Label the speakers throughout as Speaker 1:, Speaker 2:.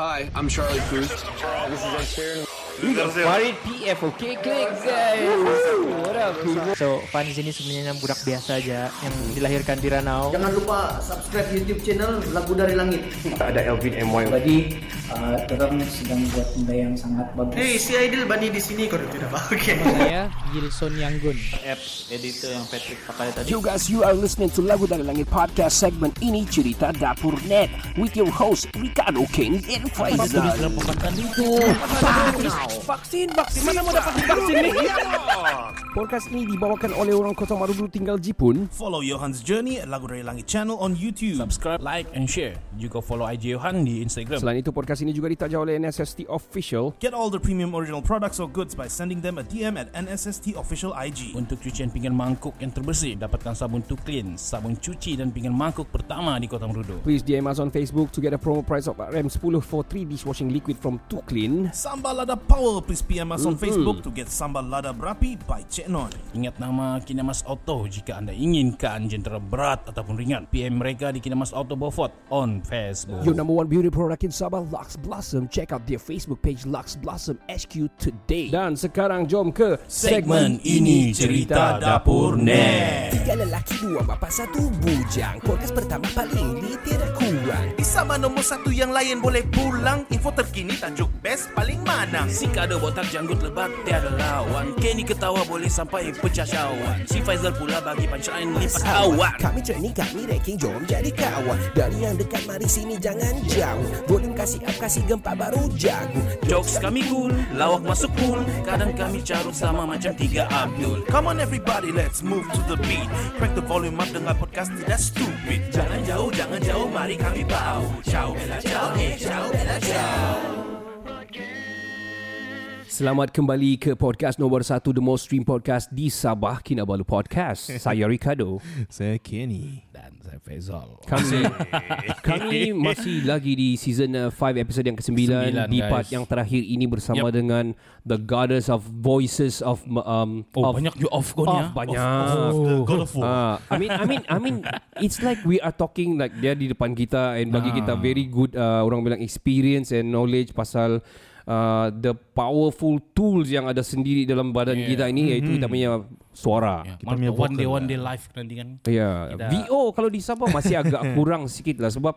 Speaker 1: Hi, I'm Charlie Cruz.
Speaker 2: We got Farid PF, okay click guys. What up? people? So, Fan di sini sebenarnya budak biasa aja yang dilahirkan di Ranau.
Speaker 3: Jangan lupa subscribe YouTube channel Lagu Dari Langit.
Speaker 4: ada Elvin MY
Speaker 5: Jadi uh, orang sedang buat benda yang sangat bagus.
Speaker 3: Hei, Eh, si Aidil Bani di sini kalau tidak pakai.
Speaker 6: Ya.
Speaker 2: Saya Gilson Yanggun.
Speaker 7: apps editor yang Patrick pakai tadi.
Speaker 6: You guys, you are listening to Lagu Dari Langit podcast segment ini cerita dapur net with your host Ricardo Kenny and Faizal. Vaksin, vaksin, mana mau dapat vaksin nih? Podcast ini dibawakan oleh orang kota Marudu tinggal Jipun.
Speaker 8: Follow Johan's Journey at Lagu Dari Langit channel on YouTube.
Speaker 7: Subscribe, like and share. Juga follow IG Johan di Instagram.
Speaker 6: Selain itu, podcast ini juga ditaja oleh NSST Official.
Speaker 8: Get all the premium original products or goods by sending them a DM at NSST official IG.
Speaker 7: Untuk cucian pinggan mangkuk yang terbersih, dapatkan sabun to clean, sabun cuci dan pinggan mangkuk pertama di Kota Merudu.
Speaker 6: Please DM us on Facebook to get a promo price of RM10 for 3 dishwashing liquid from Too Clean.
Speaker 8: Sambal Lada Power, please PM us on Facebook to get Sambal Lada Berapi by Cik Non.
Speaker 7: Ingat nama Kinamas Auto jika anda inginkan jentera berat ataupun ringan. PM mereka di Kinamas Auto Beaufort on Facebook.
Speaker 6: Your number one beauty product in Sabah, Lux Blossom. Check out their Facebook page, Lux Blossom HQ today. Dan sekarang jom ke
Speaker 7: Segmen ini cerita dapur net.
Speaker 6: Tiga lelaki, dua bapa, satu bujang. Podcast pertama paling ini tidak kurang.
Speaker 3: Di sama nomor satu yang lain boleh pulang. Info terkini tajuk best paling mana.
Speaker 7: Si kado botak janggut lebat tiada lawan Kenny ketawa boleh sampai pecah syawan Si Faizal pula bagi punchline lipat kawan
Speaker 6: Kami training, kami ranking, jom jadi kawan. Dari yang dekat, mari sini jangan jauh. Volume kasih up, kasih gempa baru jago.
Speaker 7: Jokes kami cool, lawak masuk pool Kadang kami carut sama macam tiga Abdul
Speaker 8: Come on everybody, let's move to the beat. Crack the volume up dengan podcast tidak stupid.
Speaker 7: Jangan jauh, jangan jauh, mari kami bau Ciao bella ciao, eh ciao bella ciao
Speaker 6: Selamat kembali ke podcast nombor satu The most stream podcast di Sabah Kinabalu Podcast Saya Ricardo
Speaker 9: Saya Kenny
Speaker 7: Dan saya Faizal
Speaker 6: Kami kami masih lagi di season 5 episod yang ke-9
Speaker 7: Sembilan,
Speaker 6: Di part
Speaker 7: guys.
Speaker 6: yang terakhir ini bersama
Speaker 7: Yep.
Speaker 6: dengan The Goddess of Voices of um,
Speaker 7: Oh
Speaker 6: of,
Speaker 7: banyak you off kau ni
Speaker 6: Of
Speaker 7: ah.
Speaker 6: banyak
Speaker 8: The God of War.
Speaker 6: Ah, I mean, I mean, I mean, it's like we are talking like dia di depan kita and
Speaker 7: Ah.
Speaker 6: bagi kita very good uh, orang bilang experience and knowledge pasal uh, the powerful tools yang ada sendiri dalam badan yeah. kita ini iaitu
Speaker 7: Hmm.
Speaker 6: kita punya suara.
Speaker 7: Ya,
Speaker 6: Yeah.
Speaker 7: Mar- one day one day
Speaker 9: lah.
Speaker 7: live nanti kan
Speaker 6: Ya, yeah.
Speaker 7: Kita-
Speaker 6: VO kalau di Sabah masih agak kurang sikit lah sebab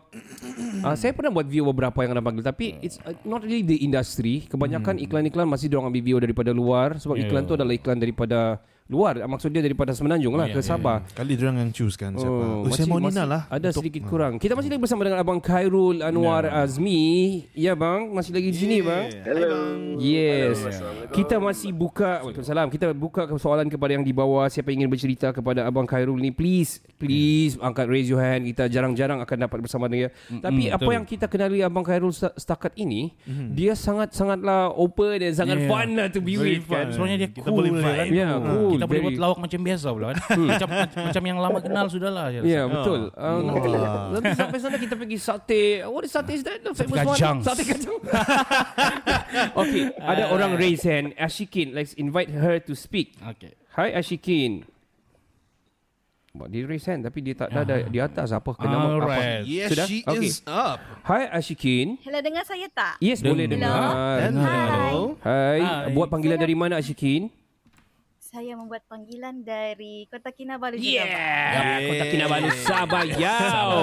Speaker 6: uh, saya pernah buat VO beberapa yang ada panggil tapi it's uh, not really the industry. Kebanyakan iklan-iklan masih diorang ambil VO daripada luar sebab yeah. iklan tu adalah iklan daripada luar. Maksudnya daripada Semenanjung lah yeah, ke Sabah.
Speaker 9: Kali dia orang yang choose kan siapa. Oh,
Speaker 6: masih-
Speaker 9: saya mau Nina
Speaker 6: masih
Speaker 9: lah.
Speaker 6: Ada untuk, sedikit kurang. Kita masih lagi bersama dengan abang Khairul Anwar Azmi. Ya bang, masih lagi di sini bang. Hello. Yes. Kita masih buka Waalaikumsalam. Kita buka ke- soalan kepada yang di bawah siapa ingin bercerita kepada abang Khairul ni please please angkat raise your hand. Kita jarang-jarang akan dapat bersama dengan dia. Tapi apa
Speaker 7: betul.
Speaker 6: yang kita kenali abang Khairul se- setakat ini, dia sangat-sangatlah open dan sangat
Speaker 7: Yeah.
Speaker 6: fun lah to be
Speaker 7: Very
Speaker 6: with kan.
Speaker 7: fun. Sebenarnya dia
Speaker 9: Kita
Speaker 7: cool
Speaker 9: boleh
Speaker 7: dia
Speaker 9: vibe.
Speaker 7: kan.
Speaker 6: Yeah, cool.
Speaker 7: Kita boleh
Speaker 6: Very-
Speaker 7: buat lawak macam biasa pula kan. macam macam yang lama kenal sudahlah. saya rasa.
Speaker 6: Ya yeah, betul. Uh, nanti, nanti sampai sana kita pergi sate. What is sate is that? The famous
Speaker 7: Sate kacang.
Speaker 6: one. Sate kacang. okay, ada orang raise hand. Ashikin, let's invite her to speak.
Speaker 7: Okay.
Speaker 6: Hi Ashikin. But dia raise hand tapi dia tak dah ada di atas apa kenapa apa.
Speaker 7: Alright.
Speaker 9: Yes,
Speaker 6: Sudah?
Speaker 9: she
Speaker 6: Okay.
Speaker 9: is up.
Speaker 6: Hi Ashikin.
Speaker 10: Hello dengar saya tak?
Speaker 6: Yes, boleh Iya, dengar.
Speaker 10: Hello.
Speaker 6: Hai,
Speaker 7: Hi.
Speaker 6: buat panggilan dari mana Ashikin?
Speaker 10: Saya membuat panggilan dari Kota Kinabalu
Speaker 7: Ya,
Speaker 6: Yeah. Kota Kinabalu Sabah. Yau.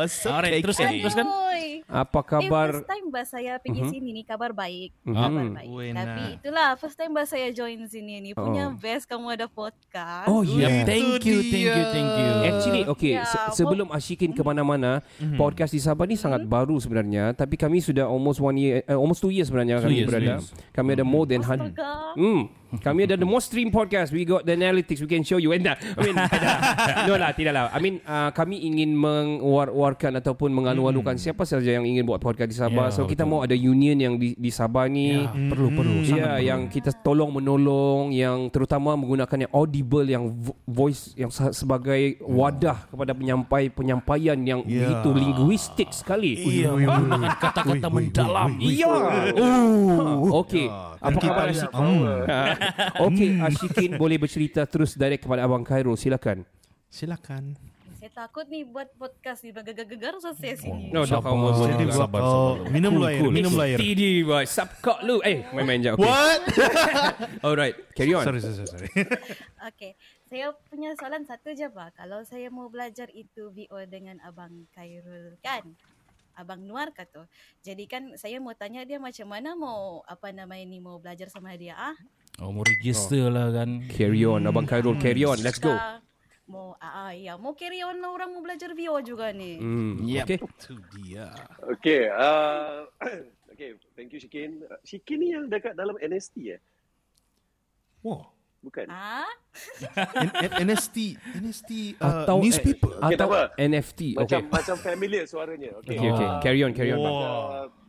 Speaker 9: What's
Speaker 7: Alright, kan, teruskan,
Speaker 9: Kenny?
Speaker 6: kan?
Speaker 7: teruskan.
Speaker 10: Oi.
Speaker 6: Apa
Speaker 10: Eh,
Speaker 6: khabar?
Speaker 10: first time bah saya pergi
Speaker 6: Mhm.
Speaker 10: sini ni kabar baik. Kabar baik.
Speaker 9: Buena.
Speaker 10: Tapi itulah first time bah saya join sini ni. Punya best kamu ada podcast.
Speaker 6: Oh ya.
Speaker 7: Yep, thank you, thank you, thank you.
Speaker 6: Actually okay
Speaker 10: Ya,
Speaker 6: se- sebelum Ashikin ke mana-mana
Speaker 7: Mm-hmm.
Speaker 6: podcast di Sabah ni sangat baru sebenarnya tapi kami sudah almost one year eh, almost two years sebenarnya
Speaker 7: Two
Speaker 6: kami
Speaker 7: years, Mm-hmm.
Speaker 6: berada.
Speaker 7: two
Speaker 6: Kami ada more than hundred.
Speaker 10: Astaga.
Speaker 6: Hmm. Kami ada the most stream podcast. We got the analytics. We can show you. And that, I mean, ada. no lah, tidak lah. I mean, uh, kami ingin menguar-uarkan ataupun mengalu-alukan siapa saja yang ingin buat podcast di Sabah.
Speaker 7: Hmm. Ya,
Speaker 6: so kita mau ada union yang di, di Sabah ni.
Speaker 7: Perlu, perlu.
Speaker 6: Ya, yang kita tolong menolong, yang terutama menggunakan yang audible, yang vo- voice, yang sa- sebagai wadah kepada penyampai penyampaian yang
Speaker 9: Ya.
Speaker 6: begitu linguistik sekali.
Speaker 7: Iya, menggunakan kata-kata mendalam.
Speaker 6: Iya. Oh. Ya. Okey.
Speaker 9: Ya,
Speaker 6: Apa khabar Ha. Ashikin?
Speaker 9: Hmm.
Speaker 6: Okey, Ashikin boleh bercerita terus direct kepada Abang Khairul. Silakan.
Speaker 9: Silakan.
Speaker 10: Saya takut nih buat podcast ni gegar-gegar selesai sini.
Speaker 6: Oh. No, dah kau mau
Speaker 9: Jadi
Speaker 6: buat.
Speaker 9: gua kau minum lah air, minum lah air.
Speaker 6: TD boy, subcock lu. Eh, main-main je. Okay.
Speaker 9: What?
Speaker 6: Alright, carry on.
Speaker 9: sorry, sorry, sorry, sorry.
Speaker 10: Okey. Saya punya soalan satu je bah. Kalau saya mau belajar itu VO dengan Abang Khairul kan? Abang Nuar kata. Jadi kan saya mau tanya dia macam mana mau apa namanya ni mau belajar sama dia ah?
Speaker 7: Oh, mau register lah kan.
Speaker 6: Carry on, Abang Khairul
Speaker 9: Hmm.
Speaker 6: carry on. Let's go.
Speaker 10: Dah. Mau ah, ah ya, mau carry on lah orang mau belajar VO juga ni.
Speaker 6: Hmm,
Speaker 9: Yep.
Speaker 6: okay.
Speaker 9: Itu dia.
Speaker 1: Okay. Uh, okay. Thank you, Shikin. Uh, Shikin ni yang dekat dalam NST eh?
Speaker 9: Wah.
Speaker 1: Bukan?
Speaker 10: Ah,
Speaker 9: N- N- NST, NST uh,
Speaker 6: Atau
Speaker 9: newspaper.
Speaker 6: eh, atau
Speaker 1: tak apa.
Speaker 6: NFT.
Speaker 1: Macam Ah.
Speaker 6: Okay.
Speaker 1: macam familiar suaranya. Okay.
Speaker 6: Okay, okay. Carry on, carry on. Bang.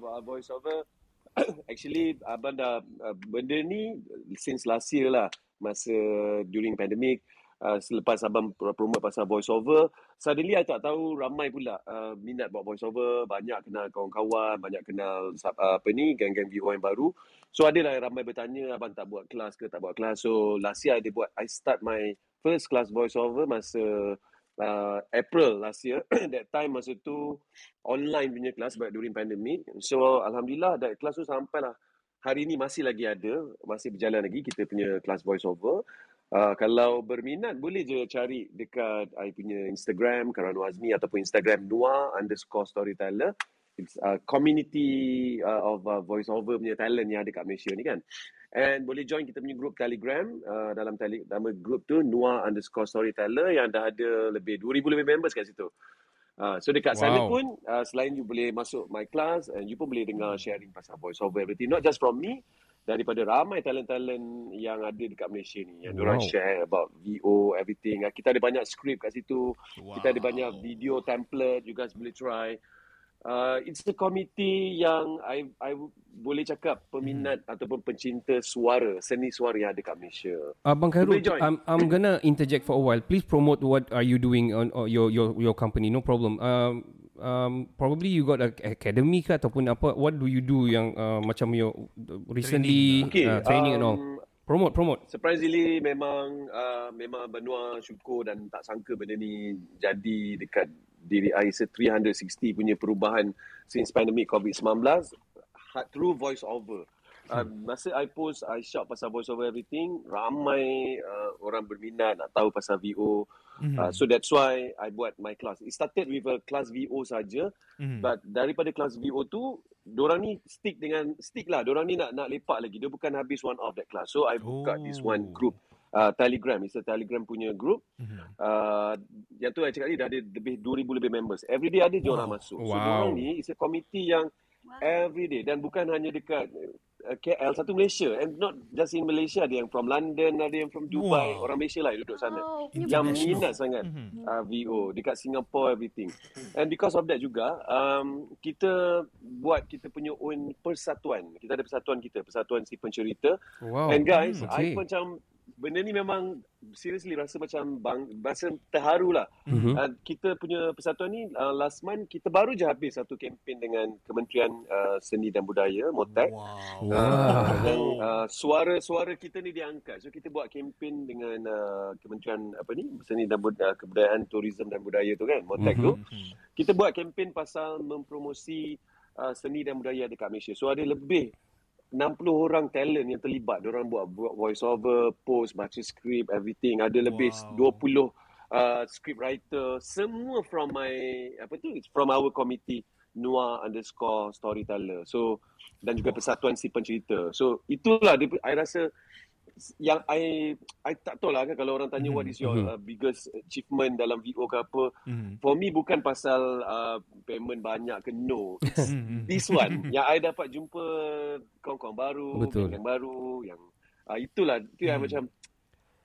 Speaker 1: uh, voice over actually abang dah uh, benda ni since last year lah masa during pandemic uh, selepas abang promote pasal voice over suddenly I tak tahu ramai pula uh, minat buat voice over banyak kenal kawan-kawan banyak kenal sub- uh, apa ni geng-geng VO yang baru so ada lah ramai bertanya abang tak buat kelas ke tak buat kelas so last year I dia buat I start my first class voice over masa uh, April last year that time masa tu online punya kelas but during pandemic. So alhamdulillah that kelas tu sampailah hari ni masih lagi ada, masih berjalan lagi kita punya kelas voice over. Uh, kalau berminat boleh je cari dekat I punya Instagram Karanu Azmi ataupun Instagram Nua underscore storyteller. It's a community uh, of uh, voice over punya talent yang ada kat Malaysia ni kan. And boleh join kita punya group Telegram uh, dalam tele, nama group tu Nua underscore storyteller yang dah ada lebih 2,000 lebih members kat situ. Uh, so dekat wow. sana
Speaker 6: Wow.
Speaker 1: pun uh, selain you boleh masuk my class and you pun boleh dengar sharing pasal voice over everything not just from me daripada ramai talent-talent yang ada dekat Malaysia ni yang wow. orang share about VO everything. Uh, Kita ada banyak script kat situ. Wow. Kita ada banyak video template you guys boleh try. Uh, it's the committee yang I I boleh cakap peminat hmm. ataupun pencinta suara, seni suara yang ada kat Malaysia.
Speaker 6: Abang Khairul,
Speaker 1: Boleh join.
Speaker 6: I'm, I'm gonna interject for a while. Please promote what are you doing on or your your your company. No problem. Um, um, probably you got a academy ke ataupun apa. What do you do yang uh, macam your recently training,
Speaker 1: Okay,
Speaker 6: uh, training and all.
Speaker 1: um,
Speaker 6: Promote, promote.
Speaker 1: Surprisingly memang uh, memang benua syukur dan tak sangka benda ni jadi dekat diri I se 360 punya perubahan since pandemic COVID-19 ha- through voice over. Uh, masa I post, I shout pasal voice over everything, ramai uh, orang berminat nak tahu pasal VO.
Speaker 9: Hmm.
Speaker 1: Mm-hmm. Uh, so that's why I buat my class. It started with a class VO saja, mm-hmm. but daripada class VO tu, diorang ni stick dengan stick lah. Diorang ni nak nak lepak lagi. Dia bukan habis one off that class. So I buka this one group uh, Telegram. It's a Telegram punya group. Uh, yang tu saya cakap ni dah ada lebih 2,000 lebih members. Every day ada diorang masuk. So
Speaker 6: Wow.
Speaker 1: diorang ni it's a committee yang every day. Dan bukan hanya dekat uh, KL, satu Malaysia. And not just in Malaysia. Ada yang from London, ada yang from Dubai.
Speaker 9: Wow.
Speaker 1: Orang Malaysia lah yang duduk sana
Speaker 10: Oh, punya
Speaker 1: yang
Speaker 10: bagus.
Speaker 1: minat sangat uh, VO dekat Singapore everything and because of that juga um, kita buat kita punya own persatuan kita ada persatuan kita persatuan si pencerita
Speaker 6: Wow.
Speaker 1: and guys
Speaker 6: Hmm,
Speaker 1: okay. I pun macam benda ni memang seriously rasa macam bang rasa terharu lah
Speaker 6: Hmm.
Speaker 1: mm-hmm. uh, kita punya persatuan ni uh, last month kita baru je habis satu kempen dengan Kementerian uh, Seni dan Budaya Motek
Speaker 9: Wow.
Speaker 1: Wow. Dan uh, suara-suara kita ni diangkat. So kita buat kempen dengan uh, Kementerian apa ni? Seni dan Bud- uh, Kebudayaan, Tourism dan Budaya tu kan, Motek mm-hmm. tu. Kita buat kempen pasal mempromosi uh, seni dan budaya dekat Malaysia. So ada lebih 60 orang talent yang terlibat. Orang buat vo- voice over, post, baca skrip, everything. Ada lebih wow. 20 uh, script writer semua from my apa tu it's from our committee Nua underscore storyteller so dan juga persatuan si pencerita so itulah dia, I rasa yang I I tak tahu lah kan kalau orang tanya what is your uh, biggest achievement dalam VO ke apa for me bukan pasal uh, payment banyak ke no It's this one yang I dapat jumpa kawan-kawan baru
Speaker 6: Betul.
Speaker 1: yang baru yang uh, itulah itu yang macam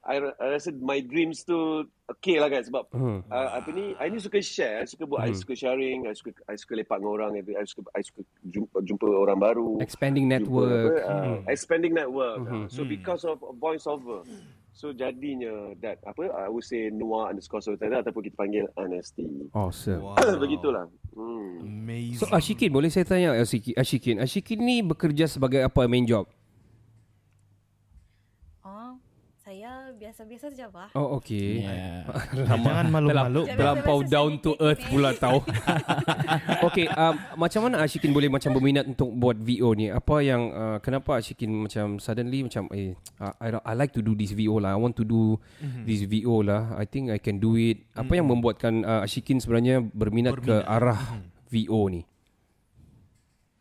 Speaker 1: I, ra- I rasa my dreams tu okay lah kan sebab
Speaker 6: Hmm.
Speaker 1: uh, apa ni I ni suka share I suka buat I suka sharing I suka I suka lepak dengan orang I suka I suka jumpa, jumpa orang baru
Speaker 6: Expanding network.
Speaker 1: jumpa, apa, uh, expanding network uh, so because of voice over so jadinya that apa I would say Noah underscore Sultana ataupun kita panggil NST
Speaker 6: Awesome.
Speaker 1: begitulah hmm.
Speaker 9: Amazing.
Speaker 6: So Ashikin, boleh saya tanya Ashikin? Ashikin, Ashikin ni bekerja sebagai apa main job?
Speaker 10: Oh, saya biasa biasa-biasa saja bah.
Speaker 6: Oh, okay.
Speaker 7: Yeah.
Speaker 9: Jangan malu-malu.
Speaker 10: Jangan
Speaker 6: Terlampau
Speaker 10: Biasa-biasa
Speaker 6: down to
Speaker 10: sedikit
Speaker 6: earth
Speaker 10: ni.
Speaker 6: pula tau Okay um, Macam mana Ashikin boleh Macam berminat untuk Buat VO ni Apa yang uh, Kenapa Ashikin Macam suddenly Macam eh I, I like to do this VO lah I want to do This VO lah I think I can do it Apa yang membuatkan uh, Ashikin sebenarnya berminat, berminat Mhm. ke arah VO ni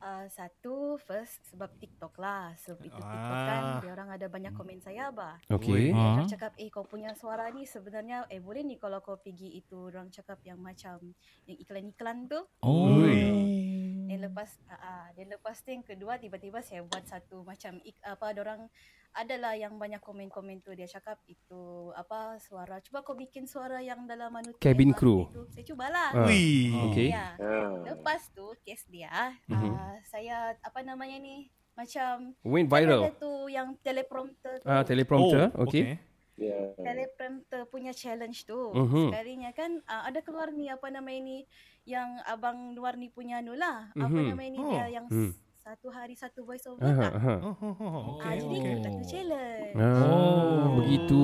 Speaker 10: Uh, satu first sebab TikTok lah. Sebab itu TikTok kan
Speaker 6: Ah.
Speaker 10: dia orang ada banyak komen saya bah.
Speaker 6: Okay
Speaker 10: Dia Orang cakap eh kau punya suara ni sebenarnya eh boleh ni kalau kau pergi itu orang cakap yang macam yang iklan-iklan tu.
Speaker 7: Oh.
Speaker 6: Hmm.
Speaker 10: Dan lepas uh, uh, dan lepas tu yang kedua tiba-tiba saya buat satu macam ik, apa orang adalah yang banyak komen-komen tu dia cakap itu apa suara cuba kau bikin suara yang dalam manusia
Speaker 6: Cabin
Speaker 10: apa
Speaker 6: crew.
Speaker 10: itu. Saya cubalah.
Speaker 6: Ah.
Speaker 9: Wih.
Speaker 6: Okay
Speaker 10: Ya. Lepas tu kes dia
Speaker 6: Mhm.
Speaker 10: uh, saya apa namanya ni macam
Speaker 6: Went
Speaker 10: ada
Speaker 6: viral
Speaker 10: tu yang teleprompter tu.
Speaker 6: Ah, Teleprompter
Speaker 9: Oh,
Speaker 6: Okay,
Speaker 1: Yeah.
Speaker 10: teleprompter punya challenge tu.
Speaker 6: Mhm.
Speaker 10: Sekalinya kan uh, ada keluar ni apa nama ini yang abang luar ni punya anu lah. Apa
Speaker 6: Mhm.
Speaker 10: nama ini
Speaker 9: Oh.
Speaker 10: dia yang
Speaker 6: Hmm.
Speaker 10: s- satu hari satu voice over
Speaker 6: Aha,
Speaker 10: tak?
Speaker 6: aha.
Speaker 9: Oh, oh, oh,
Speaker 10: Ah,
Speaker 9: okay.
Speaker 10: jadi
Speaker 7: okay.
Speaker 10: satu challenge.
Speaker 6: Ha, Ah, oh Begitu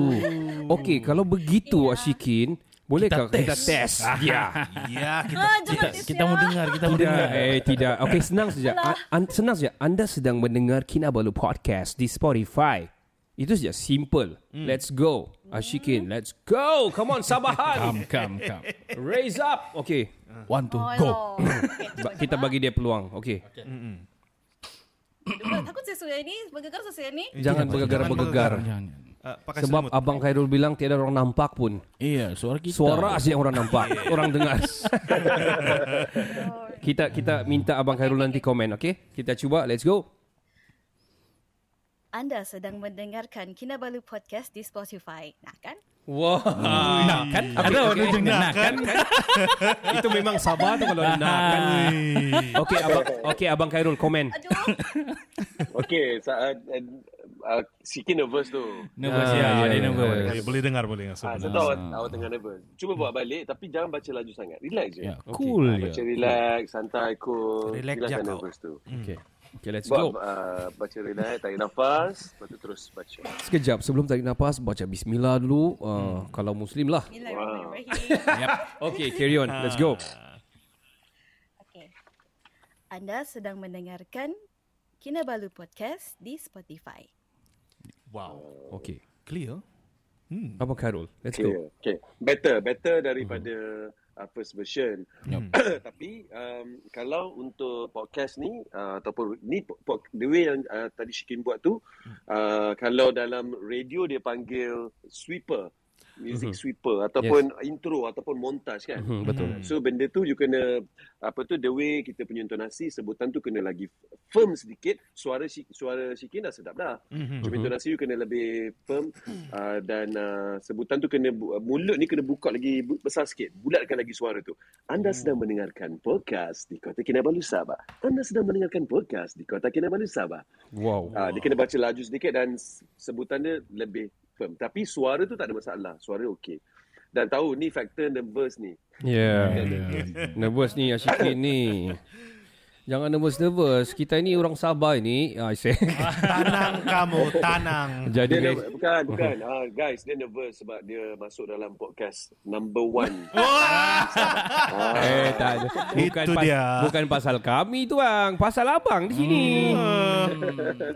Speaker 6: Okay kalau begitu
Speaker 10: Iya.
Speaker 6: Ashikin Bolehkah
Speaker 7: Kita
Speaker 6: kita test Ya
Speaker 7: Ya, kita
Speaker 10: Ah,
Speaker 7: kita
Speaker 10: jangan dis-
Speaker 7: kita mau dengar, kita mau
Speaker 6: Tidak,
Speaker 7: dengar.
Speaker 6: eh tidak. Okey, senang saja. A- an- senang saja. Anda sedang mendengar Kinabalu Podcast di Spotify. Itu saja simple. Let's go. Ashikin, let's go. Come on
Speaker 7: Come,
Speaker 6: Sabahan.
Speaker 7: come, come.
Speaker 6: Raise up. Okey.
Speaker 7: One, two,
Speaker 10: Oh,
Speaker 7: go.
Speaker 10: hello. Okay,
Speaker 6: Ba- kita bagi dia peluang. Okey.
Speaker 10: cuba. Takut saya suruh ni, bergegar saya suruh ni.
Speaker 6: Jangan bergegar-bergegar.
Speaker 7: Jangan. jangan.
Speaker 9: Uh, pakai
Speaker 6: Sebab
Speaker 9: selimut.
Speaker 6: Abang Khairul bilang tiada orang nampak pun.
Speaker 7: Iya, suara kita.
Speaker 6: Suara saja yang orang nampak, orang dengar. kita kita minta Abang Khairul nanti komen, okey? Kita cuba. Let's go.
Speaker 10: Anda sedang mendengarkan Kinabalu Podcast di Spotify. Nah kan?
Speaker 6: Wah.
Speaker 7: Nah, kan? Ada orang
Speaker 6: okey.
Speaker 7: dengar. Nah, kan?
Speaker 6: Itu memang sabar tu kalau nak kan. Okey abang okey abang Khairul komen.
Speaker 10: Aduh.
Speaker 1: Okay, so, uh, uh, uh, sikit nervous tu.
Speaker 7: Nervous
Speaker 9: Ah,
Speaker 7: ya, dia nervous.
Speaker 9: Boleh, boleh dengar, boleh dengar. So,
Speaker 1: Ah, saya tahu awak, awak tengah nervous. Cuba buat balik tapi jangan baca laju sangat. Relax je.
Speaker 7: Ya,
Speaker 1: Yeah.
Speaker 7: cool ya.
Speaker 1: Baca relax, santai, cool.
Speaker 8: Relax
Speaker 1: Hilangkan
Speaker 8: je kau.
Speaker 1: nervous tu.
Speaker 6: Okey. Okay, let's
Speaker 1: Buat,
Speaker 6: go.
Speaker 1: uh, baca relax, tarik nafas, lepas tu terus baca.
Speaker 6: Sekejap sebelum tarik nafas baca bismillah dulu. Uh, kalau muslim lah.
Speaker 10: Bismillahirrahmanirrahim.
Speaker 6: Okey, carry on. Let's go.
Speaker 10: Okey. Anda sedang mendengarkan Kinabalu Podcast di Spotify.
Speaker 9: Wow.
Speaker 6: Okey.
Speaker 9: Clear.
Speaker 6: Abang Khairul, let's
Speaker 1: Okay.
Speaker 6: go. Hmm.
Speaker 1: okay. Better, better daripada uh, first version. Tapi um, kalau untuk podcast ni uh, ataupun ni po- po- the way yang uh, tadi Shikin buat tu
Speaker 6: Hmm.
Speaker 1: uh, kalau dalam radio dia panggil sweeper, music sweeper ataupun intro ataupun montage kan.
Speaker 6: Hmm, betul.
Speaker 1: So benda tu you kena apa tu the way kita punya intonasi sebutan tu kena lagi firm sedikit suara si- suara Shikin dah sedap dah.
Speaker 6: Hmm.
Speaker 1: Mm-hmm. Cuma intonasi you kena lebih firm uh, dan uh, sebutan tu kena bu- mulut ni kena buka lagi bu- besar sikit. Bulatkan lagi suara tu.
Speaker 6: Oh.
Speaker 1: Anda sedang mendengarkan podcast di Kota Kinabalu Sabah. Anda sedang mendengarkan podcast di Kota Kinabalu Sabah.
Speaker 6: Wow.
Speaker 1: Ah, dia kena baca laju sedikit dan s- sebutan dia lebih firm. Tapi suara tu tak ada masalah. Suara okey. Dan tahu ni factor nervous ni.
Speaker 6: Yeah. nervous ni Ashikin ni. Jangan nervous-nervous. Kita ni orang Sabah ni. Ah, saya.
Speaker 9: Tanang kamu, tanang.
Speaker 6: Jadi guys, Oh.
Speaker 1: Dia nervous, bukan, bukan. Ah, guys, dia nervous sebab dia masuk dalam podcast number one.
Speaker 6: Eh tak ada. Bukan
Speaker 9: Itu
Speaker 6: pas,
Speaker 9: dia.
Speaker 6: Bukan pasal kami tu bang, pasal abang di sini.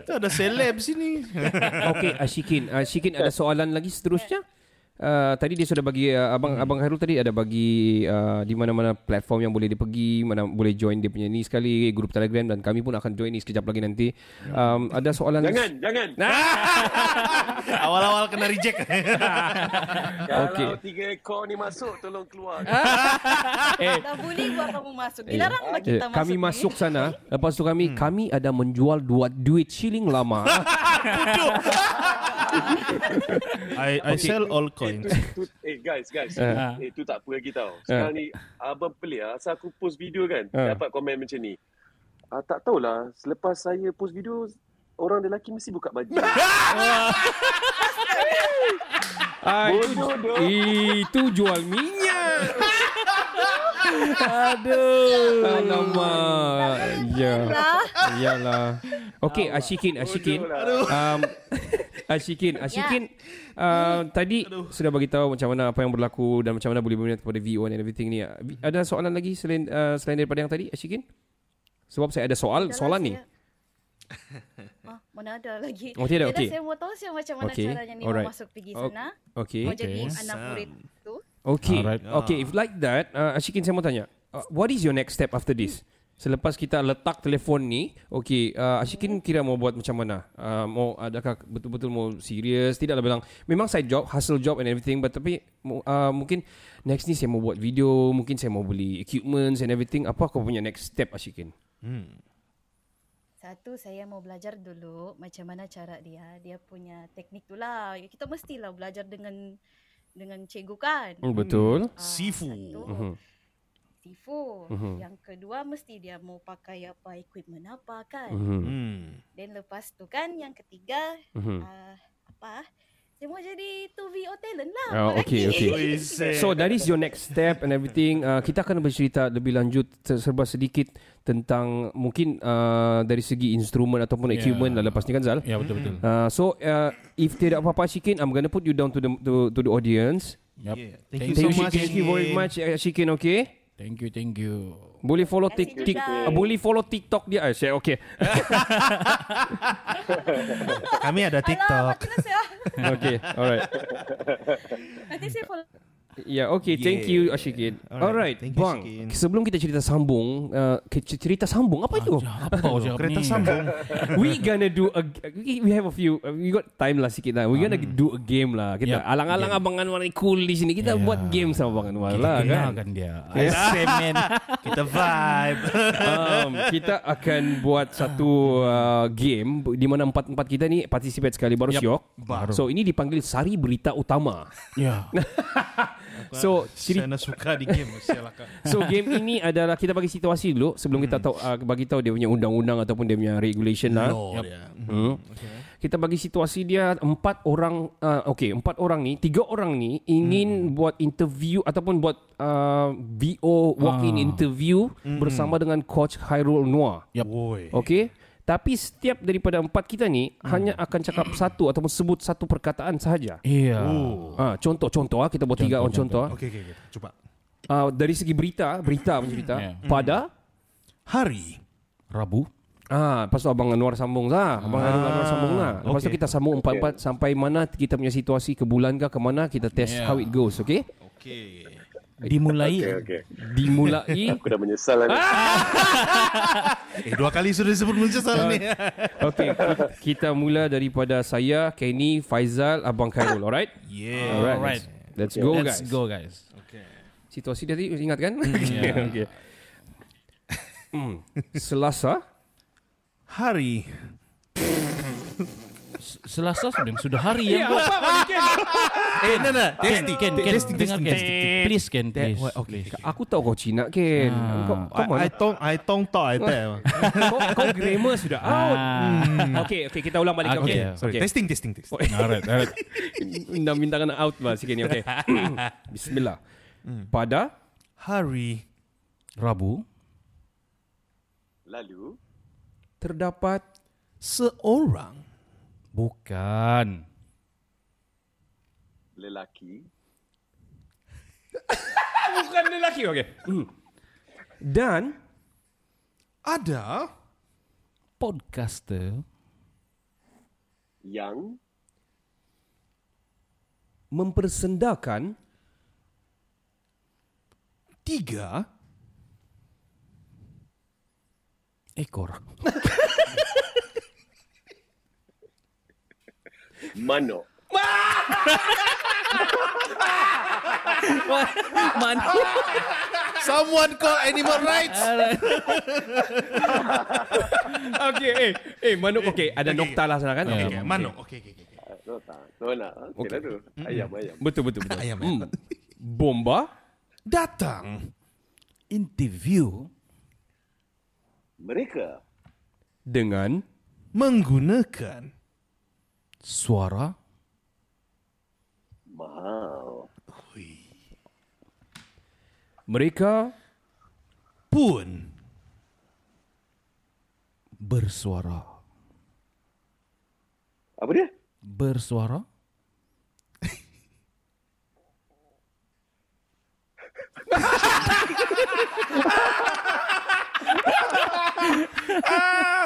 Speaker 9: Kita Hmm. ada seleb sini.
Speaker 6: Okey, ah, Ashikin, Ashikin ada soalan lagi seterusnya? Uh, tadi dia sudah bagi uh, abang abang Khairul tadi ada bagi uh, di mana-mana platform yang boleh dia pergi, mana boleh join dia punya ni sekali grup Telegram dan kami pun akan join ni sekejap lagi nanti. Um, ada soalan
Speaker 1: jangan, jangan.
Speaker 9: Awal-awal kena reject.
Speaker 1: Kalau
Speaker 6: okey.
Speaker 1: tiga ekor ni masuk, tolong keluar.
Speaker 6: Ah.
Speaker 1: Eh,
Speaker 10: Dah boleh buat kamu masuk. Dilarang lah
Speaker 6: Eh,
Speaker 10: kita masuk.
Speaker 6: kami
Speaker 10: ni.
Speaker 6: masuk sana. Lepas tu
Speaker 9: Hmm.
Speaker 6: kami kami ada menjual dua duit shilling lama.
Speaker 9: I, I sell all coins.
Speaker 1: Tu, eh guys, guys.
Speaker 6: Ah.
Speaker 1: eh tu tak apa lagi tau. Sekarang ni abang pelik ah asal aku post video kan,
Speaker 6: Ah.
Speaker 1: dapat komen macam ni. Ah tak tahulah, selepas saya post video orang lelaki mesti buka baju.
Speaker 6: Ah, itu,
Speaker 1: Bodoh.
Speaker 6: itu jual minyak. Aduh. Alamak.
Speaker 10: Lah.
Speaker 6: Ya. Iyalah. Okey, Ashikin, Ashikin. Um, Asyikin Asyikin uh, Tadi Sudah bagi tahu macam mana Apa yang berlaku Dan macam mana boleh berminat Kepada V1 and everything ni Vi- Ada soalan lagi Selain uh, selain daripada yang tadi Asyikin Sebab lah, saya ada soal Soalan ni
Speaker 10: Oh, mana ada lagi.
Speaker 6: Oh, tiada, okey.
Speaker 10: Jadi saya mau tahu siapa macam mana
Speaker 6: Okey,
Speaker 10: caranya ni
Speaker 6: alright.
Speaker 10: mau masuk pergi sana.
Speaker 6: Okay
Speaker 10: Mau jadi anak murid tu.
Speaker 6: Okay
Speaker 7: Alright.
Speaker 6: Okay if like that uh, Asyikin saya mau tanya uh, What is your next step after this? Selepas kita letak telefon ni Okay uh, Asyikin kira mau buat macam mana? Uh, mau adakah betul-betul mau serius? Tidaklah bilang Memang side job Hustle job and everything But tapi mu- uh, Mungkin Next ni saya mau buat video Mungkin saya mau beli Equipments and everything Apa kau punya next step Asyikin?
Speaker 10: Satu saya mau belajar dulu macam mana cara dia dia punya teknik tu lah. Kita mestilah belajar dengan dengan cikgu kan.
Speaker 6: Mm. Betul
Speaker 10: Ah,
Speaker 9: Sifu.
Speaker 10: satu,
Speaker 6: Mhm.
Speaker 10: Sifu. Yang kedua mesti dia mau pakai apa equipment apa kan.
Speaker 9: Hmm.
Speaker 10: Dan lepas tu kan yang ketiga
Speaker 6: Mhm.
Speaker 10: ah, apa? Saya mau jadi 2VO talent lah.
Speaker 6: Ah,
Speaker 10: apa
Speaker 6: okey,
Speaker 10: lagi?
Speaker 6: okey. So that is your next step and everything. Uh, kita akan bercerita lebih lanjut se- serba sedikit tentang mungkin uh, dari segi instrumen ataupun
Speaker 7: Yeah.
Speaker 6: equipment lah lepas ni kan Zal.
Speaker 7: Ya betul betul.
Speaker 6: Uh, so uh, if tidak apa-apa Shikin, I'm gonna put you down to the to, to the audience.
Speaker 7: Yep. Thank, you,
Speaker 6: Thank you,
Speaker 9: Thank you so much,
Speaker 6: thank you very
Speaker 9: Shikin.
Speaker 6: much uh, Shikin, okay?
Speaker 7: thank you, thank you.
Speaker 6: Boleh follow tik,
Speaker 10: Terima
Speaker 6: tik
Speaker 10: kasih
Speaker 6: uh, boleh follow TikTok dia. Ah, saya okay.
Speaker 9: Kami ada
Speaker 10: Alah,
Speaker 9: TikTok.
Speaker 10: matilah saya.
Speaker 6: okay, alright.
Speaker 10: Nanti saya follow.
Speaker 6: Ya, yeah, okay. Thank you Ashikin.
Speaker 9: Alright,
Speaker 6: Alright,
Speaker 9: thank you,
Speaker 6: Bang.
Speaker 9: Shikin. Ah,
Speaker 6: Sebelum kita cerita sambung, uh, ke- cerita sambung apa itu?
Speaker 7: Apa kau cakap
Speaker 9: Oh, Kereta
Speaker 7: ni?
Speaker 9: sambung.
Speaker 6: we gonna do a we we have a few uh, we got time lah sikit lah. We gonna
Speaker 7: Hmm.
Speaker 6: do a game lah. Kita
Speaker 7: Yeah,
Speaker 6: alang-alang abang Anwar ni cool di sini.
Speaker 7: Yeah.
Speaker 6: Kita buat game sama abang
Speaker 7: Ya.
Speaker 6: Anwar
Speaker 7: Kita
Speaker 6: lah kan.
Speaker 7: kenalkan dia. Asem man.
Speaker 9: Kita vibe.
Speaker 6: um, kita akan buat satu uh, game di mana empat-empat kita ni participate sekali
Speaker 7: Yup.
Speaker 6: baru syok.
Speaker 7: Baru.
Speaker 6: So ini dipanggil sari berita utama.
Speaker 7: Ya.
Speaker 6: So ciri
Speaker 9: Saya nak suka di game. lah. Silakan.
Speaker 6: So game ini adalah kita bagi situasi dulu sebelum
Speaker 7: Hmm.
Speaker 6: kita tahu uh, bagi tahu dia punya undang-undang ataupun dia punya regulation lah.
Speaker 7: Yep.
Speaker 6: Hmm. Kita bagi situasi dia empat orang uh, okey empat orang ni tiga orang
Speaker 7: Hmm.
Speaker 6: ni ingin buat interview ataupun buat uh, VO walk in
Speaker 7: Ah.
Speaker 6: interview bersama dengan coach Khairul Noor.
Speaker 7: Yep.
Speaker 6: Okey. Tapi setiap daripada empat kita ni
Speaker 7: Hmm.
Speaker 6: hanya akan cakap satu ataupun sebut satu perkataan sahaja.
Speaker 7: Iya.
Speaker 9: Oh.
Speaker 7: oh.
Speaker 6: Ah, contoh-contoh ah kita buat tiga orang contoh. ah.
Speaker 9: Okey, okey, okey. Cuba.
Speaker 6: Ah, dari segi berita, berita punya cerita
Speaker 7: Yeah.
Speaker 6: pada
Speaker 9: Hari.
Speaker 7: Rabu.
Speaker 6: Ah, lepas tu Abang Anwar sambung lah. Abang ah, Anwar sambung lah. Lepas tu
Speaker 9: okay.
Speaker 6: kita sambung empat-empat sampai mana kita punya situasi ke bulan ke ke mana kita test
Speaker 7: Yeah.
Speaker 6: how it goes, okay?
Speaker 9: Okey.
Speaker 7: Dimulai
Speaker 1: Okay, okay.
Speaker 6: Dimulai.
Speaker 1: Aku dah menyesal lah ni.
Speaker 6: Ah.
Speaker 9: Eh, dua kali sudah disebut menyesal ni.
Speaker 6: okay, kita, kita mula daripada saya, Kenny, Faizal, Abang Khairul, alright?
Speaker 9: Yeah.
Speaker 6: Alright.
Speaker 7: Alright.
Speaker 6: Let's, let's go
Speaker 9: Oh,
Speaker 7: Let's
Speaker 6: guys.
Speaker 7: go guys.
Speaker 6: Situasi tadi ingat kan? okay.
Speaker 7: ya.
Speaker 6: okay. Hmm. Selasa,
Speaker 9: Hari.
Speaker 7: Selasa sudah sudah hari ya. Bro.
Speaker 9: Eh, nah, nah.
Speaker 7: Ken, Ken, Ken,
Speaker 9: testing,
Speaker 7: dengar Ken.
Speaker 9: testing, testing.
Speaker 7: Please Ken,
Speaker 9: That-
Speaker 7: please.
Speaker 9: wait, okay, okay.
Speaker 6: aku tahu kau Cina Ken.
Speaker 7: Ah.
Speaker 6: Kau, kau mana?
Speaker 9: I, I tong, I tong tau, I tell.
Speaker 6: kau, kau grammar sudah
Speaker 7: Ah.
Speaker 6: out. Okay, okay kita ulang balik.
Speaker 7: Okay,
Speaker 6: Okay,
Speaker 9: Sorry, testing, testing, testing.
Speaker 7: Alright, alright.
Speaker 6: Nak minta kena out lah sikit ni. Okay. Bismillah. Pada
Speaker 9: Hari.
Speaker 7: Rabu.
Speaker 1: Lalu,
Speaker 6: terdapat
Speaker 9: Seorang.
Speaker 7: Bukan.
Speaker 1: lelaki
Speaker 6: bukan lelaki. Okay. Dan
Speaker 9: Ada.
Speaker 7: Podcaster
Speaker 1: yang
Speaker 6: mempersendakan
Speaker 9: Tiga.
Speaker 7: ekor.
Speaker 1: mano.
Speaker 7: Mana?
Speaker 9: Someone call animal rights.
Speaker 6: Okay eh Eh manuk Okay ada nokta lah sana kan okay,
Speaker 9: Okay, Mano. Okay, okay, okay.
Speaker 1: Ah, No tak. No nak. Ah, Okay,
Speaker 6: Okay.
Speaker 1: okay. Lalu. Ayam, ayam.
Speaker 6: Betul betul betul
Speaker 9: Ayam,
Speaker 6: Hmm. Bomba
Speaker 9: Datang.
Speaker 7: Interview
Speaker 1: Mereka
Speaker 6: Dengan
Speaker 9: Menggunakan.
Speaker 7: suara
Speaker 1: mahal.
Speaker 6: Mereka
Speaker 9: Pun.
Speaker 7: bersuara
Speaker 1: Apa dia?
Speaker 7: bersuara?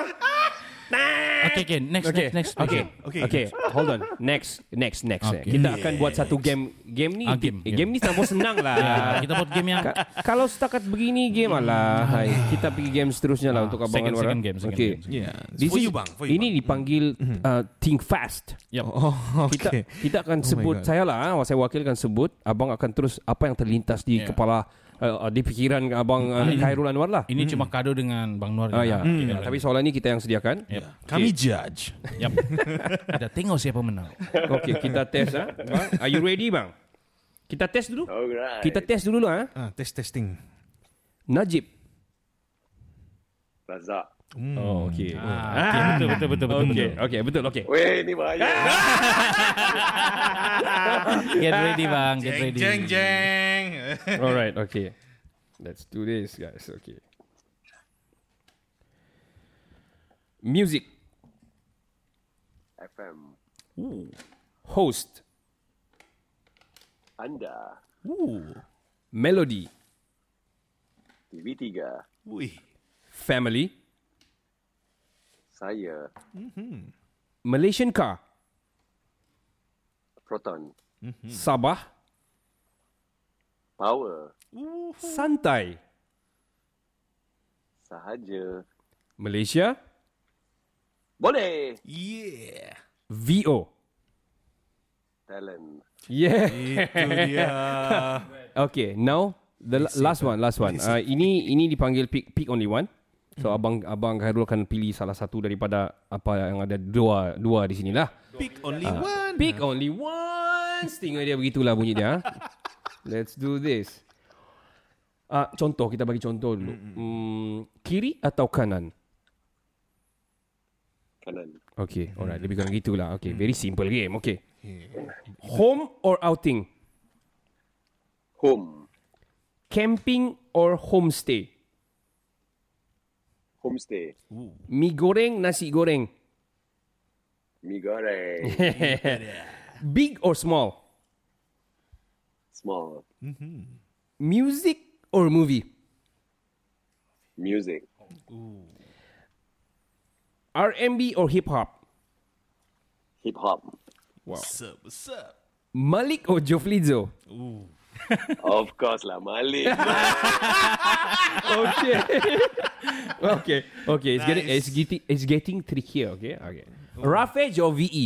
Speaker 7: okay, okay, next,
Speaker 6: Okay.
Speaker 7: next, next.
Speaker 6: okay.
Speaker 7: question.
Speaker 6: okay. Okay. Hold on. Next, next, next. eh.
Speaker 7: Okay.
Speaker 6: Kita akan buat satu game. Game ni,
Speaker 7: Ah,
Speaker 6: game,
Speaker 7: game,
Speaker 6: game. ni tak mau senang
Speaker 7: Ah,
Speaker 6: lah.
Speaker 7: kita buat game yang
Speaker 6: Ka- kalau setakat begini game alah. Hai, kita pergi game seterusnya lah untuk
Speaker 7: Hmm. Ah,
Speaker 6: abang
Speaker 7: second-
Speaker 6: Anwar.
Speaker 7: second game, second game, second
Speaker 9: Yeah.
Speaker 6: This
Speaker 8: For
Speaker 6: is-
Speaker 8: you, bang, Mm-hmm. for you,
Speaker 6: ini dipanggil uh, think fast.
Speaker 7: Yup.
Speaker 9: Oh,
Speaker 6: Kita
Speaker 9: okay.
Speaker 6: kita
Speaker 8: Oh
Speaker 6: akan
Speaker 9: my
Speaker 6: sebut
Speaker 9: God.
Speaker 6: saya lah, ah, saya wakilkan sebut. Abang akan terus apa yang terlintas di
Speaker 7: Yeah. Mm-hmm.
Speaker 6: kepala uh, di pikiran abang uh, Khairul Anwar lah.
Speaker 7: ini cuma kado dengan Bang Noor.
Speaker 6: Ah, ya.
Speaker 8: Mm.
Speaker 6: Ya, Tapi soalan ini kita yang sediakan.
Speaker 7: Yep.
Speaker 9: Kami judge.
Speaker 7: Yep. Kita tengok siapa menang.
Speaker 6: Okey, kita test ah. Bang, are you ready bang? Kita test dulu.
Speaker 1: Alright.
Speaker 6: Kita test dulu lah. ah.
Speaker 9: Ah, test testing.
Speaker 6: Najib.
Speaker 1: Razak.
Speaker 6: Oh, okey.
Speaker 7: Okay, Mm.
Speaker 6: Ah,
Speaker 7: Ah, betul, betul, betul, betul.
Speaker 6: Okey,
Speaker 7: betul.
Speaker 6: okey, betul, okey.
Speaker 1: Weh, ni
Speaker 6: Ah!
Speaker 1: bahaya.
Speaker 7: Get ready, Bang. Get ready.
Speaker 8: Jeng jeng.
Speaker 6: Alright, okay. Let's do this, guys. Okay. Music
Speaker 1: FM.
Speaker 6: host
Speaker 1: Anda.
Speaker 6: melody
Speaker 1: TV3.
Speaker 9: Wih.
Speaker 6: family
Speaker 1: Saya.
Speaker 6: Malaysian car
Speaker 1: Proton.
Speaker 6: Sabah
Speaker 1: Power.
Speaker 6: santai
Speaker 1: Sahaja.
Speaker 6: Malaysia
Speaker 1: Boleh.
Speaker 9: Yeah.
Speaker 6: VO.
Speaker 1: Talent.
Speaker 6: Yeah.
Speaker 9: Itu dia.
Speaker 6: Okay, now the la- last one, last one. Uh, ini ini dipanggil pick pick only one. So
Speaker 9: Hmm.
Speaker 6: abang abang Khairul akan pilih salah satu daripada apa yang ada dua dua di sinilah.
Speaker 9: Pick only one.
Speaker 6: Pick only one. Stinger dia begitulah bunyi dia. ah. Let's do this. Ah, contoh kita bagi contoh dulu. Hmm, kiri atau kanan?
Speaker 1: Kanan.
Speaker 6: Okay, alright.
Speaker 9: Hmm.
Speaker 6: Lebih kurang gitulah. Okay, very simple game. Okay. Home or outing?
Speaker 1: Home.
Speaker 6: Camping or homestay?
Speaker 1: Homestay.
Speaker 6: Mi goreng, nasi goreng.
Speaker 1: Mi goreng.
Speaker 6: Big or small?
Speaker 1: Small.
Speaker 6: Music or movie?
Speaker 1: Music.
Speaker 6: R&B or hip hop?
Speaker 1: Hip hop.
Speaker 6: Malik or Joflizo?
Speaker 1: Of course lah. Malik.
Speaker 6: Okay. okay. Okay. It's getting it's getting it's getting trickier. Okay. Okay. Rough edge or E? VE?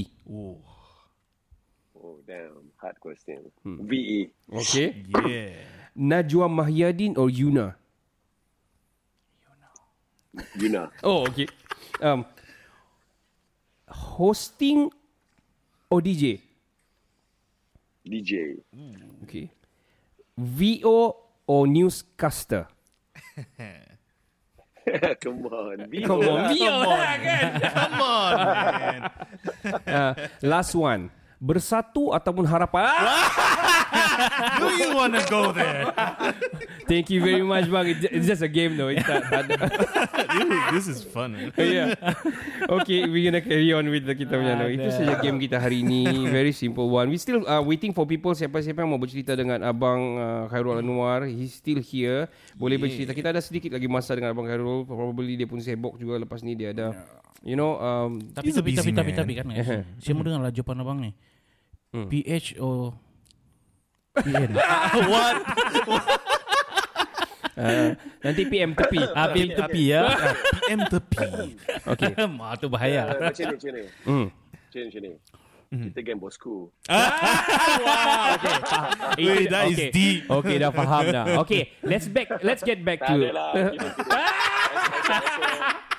Speaker 1: oh damn. Hard question.
Speaker 6: Hmm.
Speaker 1: E. VE.
Speaker 6: Okay. Yeah. Najwa Mahyadin or Yuna?
Speaker 1: Yuna.
Speaker 6: Oh, okay. Um, hosting or DJ?
Speaker 1: DJ.
Speaker 6: Okay. VO or newscaster?
Speaker 1: Come on. E. VO.
Speaker 6: Come on, VO lah kan. Come on, man. Uh, last one. Bersatu ataupun harapan. Ah!
Speaker 9: Do you wanna go there?
Speaker 6: Thank you very much, bang. It's ju- It's just a game, though. It's tak, tak ada-
Speaker 9: this is fun.
Speaker 6: yeah. Okay, we're gonna carry on with the kita punya. no. Itu saja game kita hari ini. Very simple one. We still uh, waiting for people siapa-siapa yang mau bercerita dengan abang uh, Khairul Anwar. He's still here. Boleh bercerita. Kita ada sedikit lagi masa dengan abang Khairul. Probably dia pun sibuk juga lepas ni dia ada. You know, um,
Speaker 7: Tapi,
Speaker 9: He's a
Speaker 7: tapi,
Speaker 9: busy
Speaker 7: tapi, tapi, tapi,
Speaker 9: man.
Speaker 7: kan. guys? Saya mau dengar lah jawapan abang ni. PH or PN?
Speaker 6: nanti PM tepi.
Speaker 7: Ah, PM tepi ya.
Speaker 9: PM tepi.
Speaker 7: Okey. Wah, tu bahaya.
Speaker 1: Uh, macam ni, macam ni. Macam ni, macam ni.
Speaker 7: Hmm.
Speaker 1: Kita game bosku.
Speaker 9: Wait, that is
Speaker 6: okay.
Speaker 9: deep.
Speaker 6: Okay, dah faham dah. Okay, let's back. Let's get back
Speaker 1: Tak ada
Speaker 6: to.
Speaker 1: lah.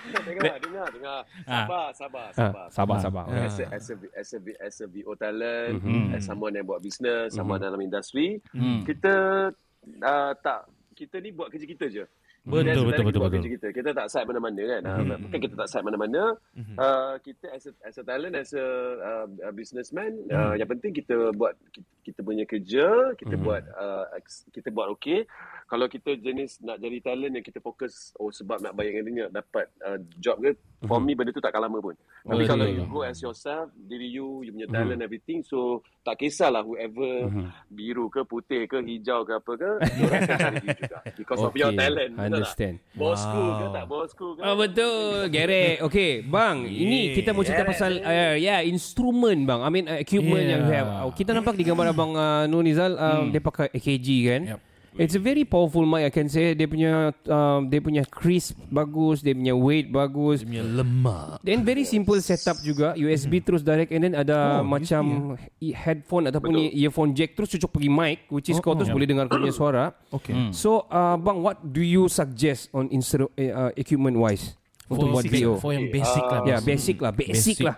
Speaker 1: Kita- kita- Dengar, dengar, dengar.
Speaker 7: Ah.
Speaker 1: Sabar, sabar, sabar.
Speaker 6: Ah, sabar, sabar. Okay.
Speaker 1: As a, as a, as a, as a VO talent,
Speaker 7: Mm-hmm.
Speaker 1: as someone yang buat business, someone dalam industri, kita uh, tak, kita ni buat kerja kita je.
Speaker 7: Betul,
Speaker 1: Dan sebenarnya
Speaker 7: betul,
Speaker 1: kita
Speaker 7: betul,
Speaker 1: buat
Speaker 7: betul.
Speaker 1: kerja Kita. kita tak side mana-mana kan. Mm-hmm. Bukan kita tak side mana-mana. Uh, kita as a, as a talent, as a uh, a businessman, uh, yang penting kita buat kita, kita punya kerja, kita buat uh, ex- kita buat okey. kalau kita jenis nak jadi talent yang kita fokus oh sebab nak bayar dengan dia nak dapat uh, job ke for me benda tu tak akan lama pun
Speaker 7: yeah,
Speaker 1: tapi kalau
Speaker 7: yeah,
Speaker 1: you
Speaker 7: yeah.
Speaker 1: go as yourself diri you you punya talent everything so tak kisahlah whoever biru ke putih ke hijau ke apa ke orang akan cari you juga because of your talent betul tak?
Speaker 6: Understand.
Speaker 1: bosku ke tak bosku ke
Speaker 6: Oh, betul. Gerek. Okay. Bang, ini kita mau cerita pasal uh, yeah, instrumen bang. I mean uh,
Speaker 7: Yeah.
Speaker 6: equipment
Speaker 7: Hmm.
Speaker 6: yang we have. Oh, kita nampak di gambar abang uh, Nur Nizal, um, dia pakai AKG kan?
Speaker 7: Yep.
Speaker 6: It's a very powerful mic I can say. Dia punya um, dia punya crisp bagus, dia punya weight bagus.
Speaker 7: Punya lemak.
Speaker 6: Then very simple setup juga USB terus direct And then ada macam i- headphone Ataupun i- earphone jack Terus cucuk pergi mic Which is kau terus boleh dengar kau punya suara
Speaker 9: Okay.
Speaker 1: Hmm.
Speaker 6: So uh, Bang what do you suggest On instru- eh, uh, equipment wise Untuk buat
Speaker 7: ba-
Speaker 6: VO
Speaker 7: for yang basic lah.
Speaker 6: Ya yeah, basic lah Basic,
Speaker 7: Basic.
Speaker 6: lah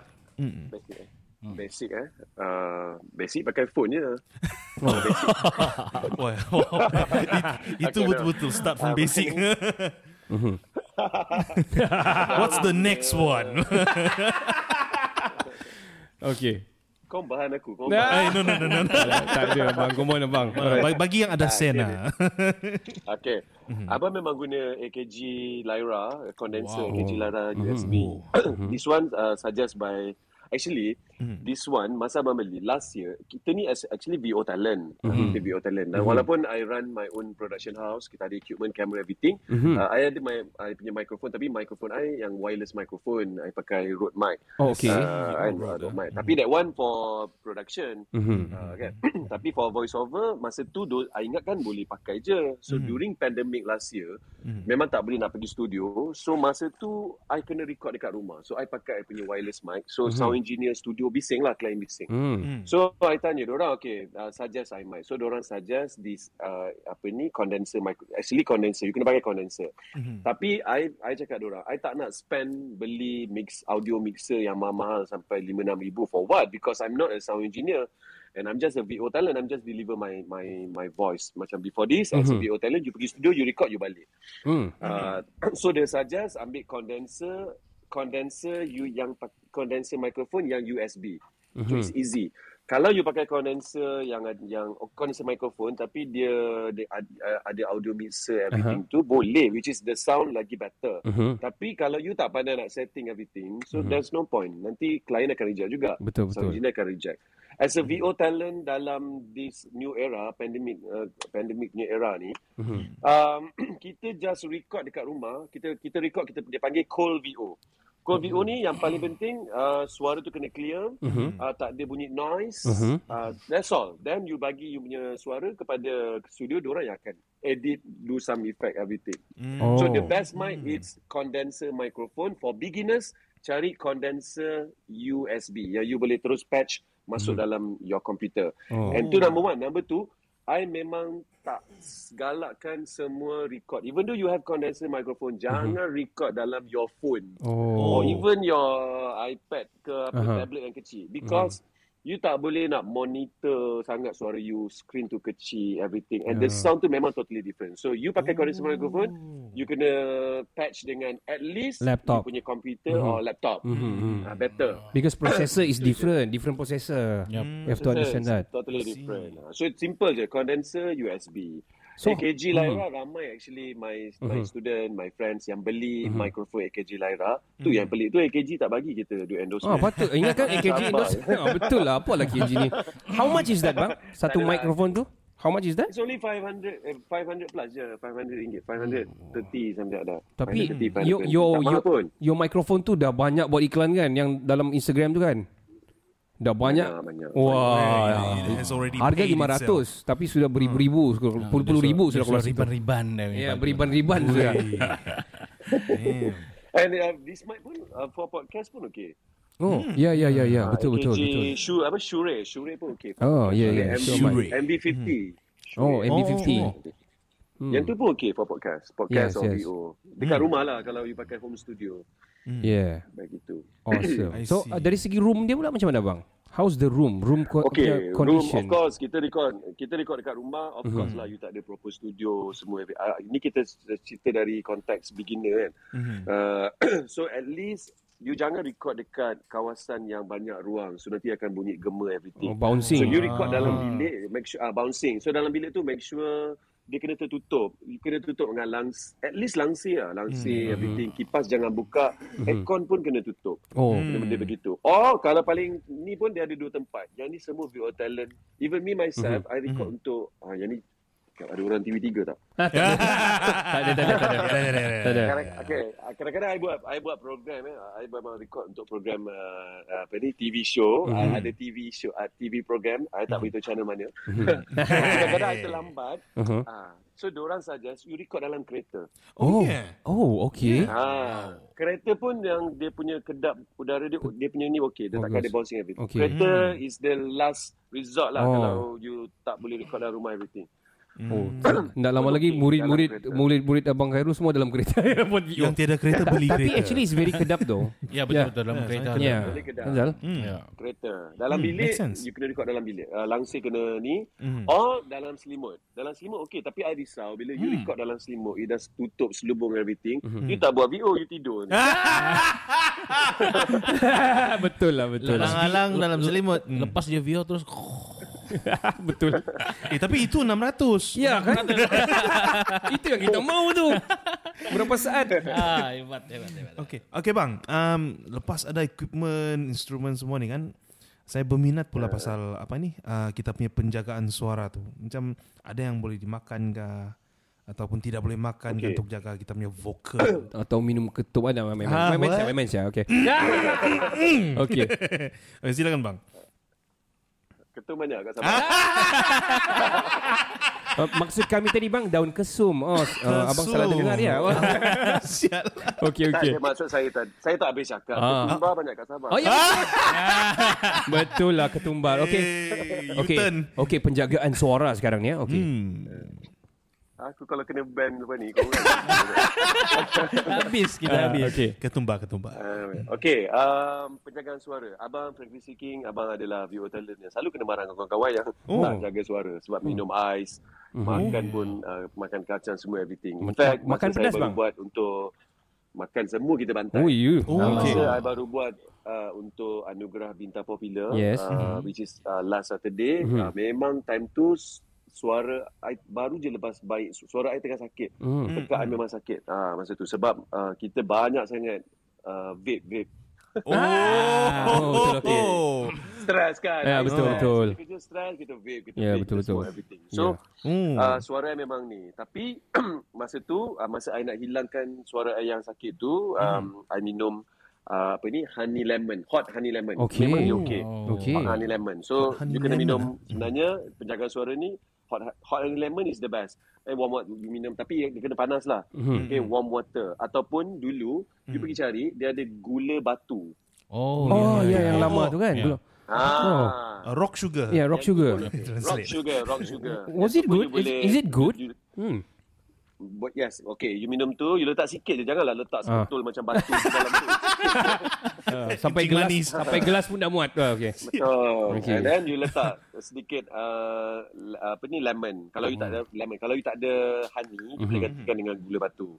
Speaker 1: basic eh basic eh uh, basic pakai phone je
Speaker 9: Wah, wow. It- Itu
Speaker 1: Okay,
Speaker 9: betul-betul start from
Speaker 1: Ah,
Speaker 9: basic.
Speaker 6: Mhm.
Speaker 9: What's the next one?
Speaker 6: Okay
Speaker 1: kau bahan aku kau bahan.
Speaker 6: nah,
Speaker 9: Eh, no, no, no, no. no.
Speaker 6: Tak ada bang Come on bang
Speaker 9: Ba- Bagi yang ada sen lah.
Speaker 1: Okay.
Speaker 6: Mhm.
Speaker 1: Abang memang guna AKG Lyra, uh, condenser AKG Lyra
Speaker 6: Mhm.
Speaker 1: USB. this one uh, suggest by Actually,
Speaker 6: Mhm.
Speaker 1: this one masa abang beli last year, kita ni as- actually VO talent.
Speaker 6: Mhm.
Speaker 1: Kita VO talent. Dan walaupun I run my own production house, kita ada equipment, camera, everything.
Speaker 6: Mhm.
Speaker 1: Uh, I ada my I punya microphone tapi microphone I yang wireless microphone, I pakai Rode mic.
Speaker 6: Oh, Mhm. okay.
Speaker 1: Uh, I Rode mic. Tapi that one for production.
Speaker 6: Mm-hmm.
Speaker 1: Uh, kan? Tapi for voiceover masa tu do, I ingat kan boleh pakai je. So mm. during pandemic last year mm. memang tak boleh nak pergi studio. So masa tu I kena record dekat rumah. So I pakai I punya wireless mic. So mm. sound engineer studio bising lah klien bising.
Speaker 6: Hmm.
Speaker 1: So I tanya orang okay uh, suggest I mic. So orang suggest this uh, apa ni condenser mic. Actually condenser you kena pakai condenser.
Speaker 9: Hmm.
Speaker 1: Mm-hmm. Tapi I I cakap orang I tak nak spend beli mix audio mixer yang mahal sampai 5 6 ribu for what? Because I'm not a sound engineer and I'm just a VO talent. I'm just deliver my my my voice. Macam before this mm-hmm. as a VO talent you pergi studio you record you balik.
Speaker 6: Hmm.
Speaker 1: Uh, so dia suggest ambil condenser condenser you yang pak- condenser microphone yang USB. Mm-hmm. So it's easy. Kalau you pakai condenser yang ad- yang oh, condenser microphone tapi dia, dia ad- uh, ada audio mixer everything uh-huh. tu boleh which is the sound lagi better.
Speaker 6: Mhm.
Speaker 1: Tapi kalau you tak pandai nak setting everything so there's no point. Nanti klien akan reject juga.
Speaker 6: Hmm. Betul, betul. Hmm.
Speaker 1: So, engineer akan reject. As a VO talent dalam this new era pandemic uh, pandemic new era ni,
Speaker 6: Hmm.
Speaker 1: um, kita just record dekat rumah, kita kita record kita dia panggil cold VO. Cold
Speaker 6: Hmm.
Speaker 1: VO ni yang paling penting uh, suara tu kena clear, uh, tak ada bunyi noise.
Speaker 6: Hmm.
Speaker 1: Uh, that's all. Then you bagi you punya suara kepada studio diorang yang akan edit, do some effect everything.
Speaker 6: Mm-hmm.
Speaker 9: Oh,
Speaker 1: So the best mic is condenser microphone for beginners cari condenser USB yang Ya, you boleh terus patch masuk dalam your computer. Hmm. Oh. And tu number one, number two, I memang tak galakkan semua record. Even though you have condenser microphone, jangan record dalam your phone
Speaker 6: Oh.
Speaker 1: or even your iPad ke apa uh-huh. tablet yang kecil because you tak boleh nak monitor sangat suara you screen tu kecil everything and yeah. Oh. the sound tu memang totally different so you pakai condenser microphone you kena patch dengan at least
Speaker 6: Laptop.
Speaker 1: you punya computer mm-hmm. or laptop mm-hmm. uh, better
Speaker 6: Because processor is different Different processor
Speaker 7: Yep.
Speaker 6: You have to understand
Speaker 1: Yes,
Speaker 6: that
Speaker 1: Totally different. Ah, So it's simple je. Condenser
Speaker 6: So-
Speaker 1: USB.
Speaker 6: mm-hmm.
Speaker 1: So, AKG Lyra ramai actually my my student, my friends yang beli
Speaker 6: Mm-hmm.
Speaker 1: microphone AKG Lyra. Tu yang pelik tu AKG tak bagi kita do
Speaker 6: Ah
Speaker 1: endorsement.
Speaker 6: patut ingat kan AKG
Speaker 1: Sabar.
Speaker 6: endorse. Ah, betul lah apa lah AKG ni. How much is that bang? Satu
Speaker 1: Tak ada lah.
Speaker 6: microphone tu? How much is that?
Speaker 1: It's only 500 eh, 500 plus je 500 ringgit 530 sampai ada.
Speaker 6: Oh. Tapi
Speaker 1: 530,
Speaker 6: yo yo
Speaker 1: 520. tak
Speaker 6: yo
Speaker 1: mahal pun.
Speaker 6: yo microphone tu dah banyak buat iklan kan yang dalam Instagram tu kan? Dah banyak.
Speaker 1: Banyak, banyak.
Speaker 6: Wah.
Speaker 9: It has already
Speaker 6: Oh, Harga
Speaker 9: paid itself.
Speaker 6: 500 tapi sudah beribu-ribu, puluh-puluh ribu sudah keluar situ.
Speaker 7: riban-riban. dah punya
Speaker 6: Ya,
Speaker 7: baju.
Speaker 6: beriban-riban sudah.
Speaker 1: And uh, this mic pun uh, for podcast pun okey.
Speaker 6: Oh, ya ya ya ya,
Speaker 1: Ah,
Speaker 6: betul betul
Speaker 1: AKG
Speaker 6: betul.
Speaker 1: Shure apa Shure, Shure pun okey.
Speaker 6: Oh, ya ya,
Speaker 1: MV,
Speaker 6: sure mic.
Speaker 1: MV50.
Speaker 6: Oh,
Speaker 1: Shure.
Speaker 6: MD50.
Speaker 1: Hmm. Yang tu pun okey for podcast.
Speaker 6: Yes,
Speaker 1: Podcast or
Speaker 6: yes.
Speaker 1: VO. Dekat hmm. rumah lah kalau you pakai home studio.
Speaker 6: Yeah.
Speaker 1: Begitu.
Speaker 6: Awesome.
Speaker 9: I
Speaker 6: So
Speaker 9: see.
Speaker 6: uh, dari segi room dia pula macam mana bang? How's the room? Room co-
Speaker 1: Okay, room
Speaker 6: condition.
Speaker 1: of course kita record kita record dekat rumah of mm-hmm. course lah you tak ada proper studio semua uh, ini kita s- cerita dari konteks beginner kan. Mm-hmm. Uh, so at least you jangan record dekat kawasan yang banyak ruang so nanti akan bunyi gema everything.
Speaker 6: Oh, bouncing.
Speaker 1: ah, So you record dalam bilik make sure uh, bouncing. So dalam bilik tu make sure dia kena tertutup. You kena tutup dengan langs, at least langsir lah. Langsir, mm-hmm. everything. Kipas jangan buka. Mm-hmm. Aircon pun kena tutup.
Speaker 6: Oh.
Speaker 1: Benda-benda begitu. Oh, kalau paling ni pun dia ada dua tempat. Yang ni semua VO talent. Even me myself, mm-hmm. I record mm-hmm. untuk ah, yang ni ada orang TV3 tak?
Speaker 6: tak ada, tak ada, tak ada. Tak ada.
Speaker 1: Kadang- Okay, ah, kadang-kadang I buat I buat program eh. I memang record untuk program uh, apa ni TV show,
Speaker 6: Mhm.
Speaker 1: mm-hmm. ada TV show, uh, TV program, I tak beritahu channel mana.
Speaker 6: Mhm.
Speaker 1: kadang-kadang I terlambat.
Speaker 6: Uh-huh.
Speaker 1: Ah, so diorang suggest you record dalam kereta.
Speaker 9: Oh, yeah.
Speaker 6: Oh, okay.
Speaker 1: Ha, kereta pun yang dia punya kedap udara dia dia punya ni okey, dia
Speaker 6: Bagus.
Speaker 1: takkan ada bouncing everything.
Speaker 6: Okey.
Speaker 1: Okay. Kereta is the last resort
Speaker 6: Oh.
Speaker 1: lah oh. kalau you tak boleh record dalam rumah everything.
Speaker 6: Oh, tak lama lagi
Speaker 1: Dalam
Speaker 6: murid-murid
Speaker 1: kereta.
Speaker 6: murid-murid abang Khairul semua dalam kereta buat video.
Speaker 9: Yang tiada kereta beli
Speaker 6: Tapi
Speaker 9: kereta.
Speaker 6: actually it's very kedap though.
Speaker 7: Ya betul betul dalam kereta. ada.
Speaker 6: Ya.
Speaker 1: Boleh kedap.
Speaker 6: Azal.
Speaker 9: Hmm.
Speaker 7: Ya.
Speaker 1: Kereta. Dalam
Speaker 9: Hmm,
Speaker 1: bilik
Speaker 9: makes sense.
Speaker 1: you kena record dalam bilik. Uh, langsir kena ni
Speaker 9: Hmm.
Speaker 1: or dalam selimut. Dalam selimut okey tapi I risau bila
Speaker 9: Hmm.
Speaker 1: you record dalam selimut you dah tutup selubung everything, you tak buat VO you tidur ni.
Speaker 9: Ah.
Speaker 6: betul lah, betul lah.
Speaker 9: Alang-alang dalam selimut. Hmm.
Speaker 7: Lepas dia VO terus
Speaker 6: betul.
Speaker 9: Eh, tapi itu 600.
Speaker 6: Ya kan? Itu yang kita mau tu. Berapa saat?
Speaker 7: ah hebat hebat hebat.
Speaker 9: Okay. Okay bang, um, lepas ada equipment, instrumen semua ni kan, saya berminat pula pasal apa ni, uh, kita punya penjagaan suara tu. Macam ada yang boleh dimakan ke, ataupun tidak boleh makan okay.
Speaker 1: Okay.
Speaker 9: untuk jaga kita punya vokal.
Speaker 6: Atau minum ketup ada main-main.
Speaker 9: Ah,
Speaker 6: Main-main
Speaker 9: what?
Speaker 6: saya, main-main saya. Okay. okay.
Speaker 9: okay, Eh, silakan bang.
Speaker 1: Ketua banyak kat Sabah.
Speaker 9: Ah,
Speaker 6: Uh, maksud kami tadi bang, daun kesum. Oh, s- uh, abang salah
Speaker 9: Kesum.
Speaker 6: dengar ya.
Speaker 9: Sial.
Speaker 6: okay,
Speaker 1: Tak
Speaker 6: okay.
Speaker 1: ada maksud saya tak saya tak habis cakap.
Speaker 6: Ah.
Speaker 1: Ketua banyak kat Sabah.
Speaker 6: Oh ya.
Speaker 9: Ah!
Speaker 6: Betul lah ketumbar. Okay.
Speaker 9: Hey,
Speaker 6: Okay.
Speaker 9: U-turn.
Speaker 6: Okay, penjagaan suara sekarang ya. Okay.
Speaker 9: Hmm.
Speaker 1: Aku kalau kena ban apa ni kau orang.
Speaker 7: Habis kita
Speaker 6: Ah, okay.
Speaker 9: Ketumbar, ketumbar.
Speaker 7: Ah,
Speaker 1: Uh, okay, um, penjagaan suara. Abang Frankie King, abang adalah VO talent yang selalu kena marah dengan kawan-kawan yang
Speaker 9: Oh. Hmm.
Speaker 1: oh. tak jaga suara sebab minum ais,
Speaker 6: Mhm.
Speaker 1: makan pun uh, makan kacang semua everything. In
Speaker 6: Mak- mak-
Speaker 1: fact,
Speaker 6: Oh. makan
Speaker 1: masa
Speaker 6: pedas,
Speaker 1: saya baru
Speaker 6: bang?
Speaker 1: buat untuk makan semua kita bantai.
Speaker 6: Oh, you.
Speaker 9: Oh,
Speaker 1: Uh,
Speaker 9: okay.
Speaker 1: Masa I baru buat uh, untuk anugerah bintang popular
Speaker 6: Yes. Mm-hmm.
Speaker 1: uh, which is uh, last Saturday, uh, memang time tu s- suara I baru je lepas baik Su- suara I tengah sakit.
Speaker 6: Hmm.
Speaker 1: Tekak I memang sakit. Ah masa tu sebab uh, kita banyak sangat uh, vape vape
Speaker 9: Oh,
Speaker 6: betul, okay.
Speaker 1: stress kan.
Speaker 6: Ya,
Speaker 1: I
Speaker 6: betul,
Speaker 1: stress.
Speaker 6: betul.
Speaker 1: Kita kerja stress, kita vape, kita
Speaker 6: Ya,
Speaker 1: vape,
Speaker 6: betul,
Speaker 1: kita semua
Speaker 6: betul.
Speaker 1: everything. So,
Speaker 6: Ya.
Speaker 9: Hmm.
Speaker 1: uh, suara I memang ni. Tapi masa tu, uh, masa I nak hilangkan suara I yang sakit tu,
Speaker 6: Hmm.
Speaker 1: um, I minum uh, apa ni, honey lemon, hot honey lemon.
Speaker 6: Okay. Oh,
Speaker 1: Memang dia okay.
Speaker 6: Okay.
Speaker 1: Hot honey lemon. So,
Speaker 9: Hot honey
Speaker 1: you kena
Speaker 9: lemon,
Speaker 1: minum
Speaker 6: Hmm.
Speaker 1: sebenarnya penjagaan suara ni hot hot honey lemon is the best. Eh warm water you minum tapi dia kena panas lah.
Speaker 6: Mhm.
Speaker 1: Okay, warm water ataupun dulu you
Speaker 6: Hmm.
Speaker 1: pergi cari dia ada gula batu.
Speaker 7: Oh,
Speaker 6: Oh,
Speaker 7: ya,
Speaker 6: ya yang
Speaker 9: Oh,
Speaker 6: lama tu kan.
Speaker 7: ya.
Speaker 6: Belum. Oh.
Speaker 1: Ah.
Speaker 9: Uh, rock sugar.
Speaker 6: Yeah, rock sugar.
Speaker 1: Rock
Speaker 9: Translate.
Speaker 1: sugar, rock sugar.
Speaker 6: Was it
Speaker 1: Ataupun
Speaker 6: good?
Speaker 1: you boleh-
Speaker 6: Is- is it good?
Speaker 1: you-
Speaker 6: Hmm.
Speaker 1: But yes, okay. You minum tu, you letak sikit je. Janganlah letak
Speaker 6: Ah.
Speaker 1: sebetul macam batu di dalam tu.
Speaker 6: Ah, sampai
Speaker 9: Kencing
Speaker 6: gelas
Speaker 9: manis.
Speaker 6: sampai gelas pun dah muat. Ah, okay.
Speaker 1: Betul.
Speaker 6: Okay.
Speaker 1: Okay. And then you letak sedikit uh, apa ni lemon. Kalau you tak ada
Speaker 6: Hmm.
Speaker 1: lemon, kalau you tak ada honey, you boleh gantikan dengan gula batu.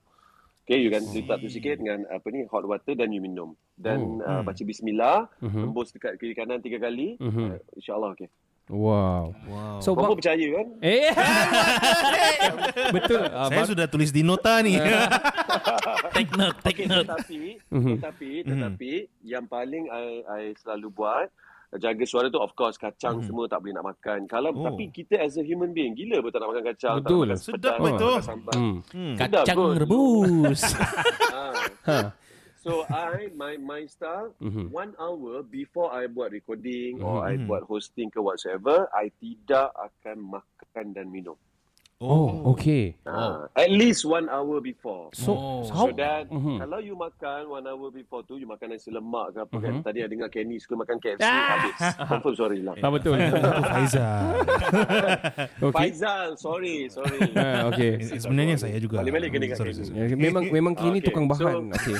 Speaker 1: Okay, you kan letak tu sikit dengan apa ni hot water dan you minum. Dan oh. uh,
Speaker 6: Hmm.
Speaker 1: baca bismillah,
Speaker 6: Mhm.
Speaker 1: tembus dekat kiri kanan tiga kali.
Speaker 6: Mhm.
Speaker 1: Uh, InsyaAllah okay.
Speaker 6: Wow.
Speaker 9: Wow.
Speaker 6: So
Speaker 1: Bapak
Speaker 6: Oh, bang,
Speaker 1: percaya kan?
Speaker 6: eh betul. Ah,
Speaker 9: Saya
Speaker 6: bang-
Speaker 9: sudah tulis di nota ni.
Speaker 7: take note, take
Speaker 1: Okay,
Speaker 7: note.
Speaker 1: tetapi tetapi tetapi yang paling I I selalu buat jaga suara tu of course kacang semua tak boleh nak makan. Kalau
Speaker 9: Oh.
Speaker 1: tapi kita as a human being gila betul tak makan kacang. tak
Speaker 6: Betul.
Speaker 1: makan
Speaker 9: Sedap
Speaker 1: pedas, tak
Speaker 9: betul.
Speaker 1: makan Sambal.
Speaker 6: Hmm.
Speaker 1: Sedap
Speaker 7: Kacang
Speaker 1: kot.
Speaker 7: rebus.
Speaker 1: Ha. So I my my style one hour before I buat recording or I buat hosting ke whatsoever, I tidak akan makan dan minum.
Speaker 6: Oh, okay.
Speaker 1: Ha. At least one hour before.
Speaker 6: So,
Speaker 7: Oh.
Speaker 6: how?
Speaker 1: So that
Speaker 6: Mhm.
Speaker 1: kalau you makan one hour before tu, you makan nasi lemak ke apa kan.
Speaker 6: Mhm.
Speaker 1: Tadi I dengar Kenny suka makan KFC, habis. Confirm sorry lah.
Speaker 6: Ah, betul.
Speaker 9: Faizal.
Speaker 6: okay.
Speaker 1: Faizal, sorry, sorry.
Speaker 6: Ah, okay.
Speaker 9: Eh, Sebenarnya saya juga.
Speaker 1: Balik-balik kena kat
Speaker 9: Sorry,
Speaker 1: Kenny.
Speaker 9: sorry.
Speaker 6: Ya, Memang memang kini
Speaker 1: Okay,
Speaker 6: tukang
Speaker 1: so-
Speaker 6: bahan. okay.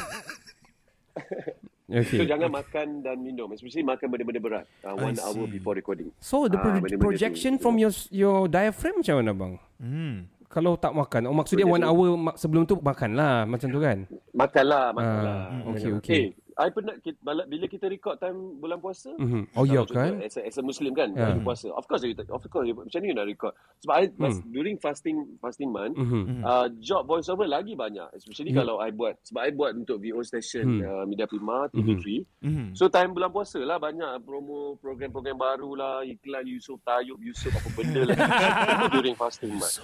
Speaker 6: Okay.
Speaker 1: So jangan makan dan minum. Especially makan benda-benda berat. Uh, one
Speaker 9: I see.
Speaker 1: hour before recording.
Speaker 6: So the
Speaker 1: Ah,
Speaker 6: pro-
Speaker 1: benda-benda
Speaker 6: projection
Speaker 1: tu.
Speaker 6: from your your diaphragm macam mana bang?
Speaker 9: Hmm.
Speaker 6: Kalau tak makan, oh maksudnya one hour ma- sebelum tu makan lah macam tu kan?
Speaker 1: Makanlah, makanlah.
Speaker 6: Ah, okay,
Speaker 1: Makanlah.
Speaker 6: okay.
Speaker 1: Eh, I pernah ki- bala- bila kita record time bulan puasa.
Speaker 6: Mhm. Oh, ya
Speaker 1: kalau contoh,
Speaker 6: kan?
Speaker 1: As a, as a Muslim kan,
Speaker 6: Ya.
Speaker 1: yeah. puasa. Of course, you, of course, you, macam mana you nak record? Sebab I, mas, during fasting fasting month,
Speaker 6: Hmm. Mhm.
Speaker 1: uh, job voiceover lagi banyak. Especially
Speaker 6: Ya.
Speaker 1: kalau I buat. Sebab I buat untuk VO station
Speaker 6: Hmm.
Speaker 1: uh, Media Prima, TV3.
Speaker 9: Mhm.
Speaker 1: So time bulan puasa lah banyak promo program-program baru lah. Iklan Yusuf Tayub, Yusuf apa benda lah. during fasting month.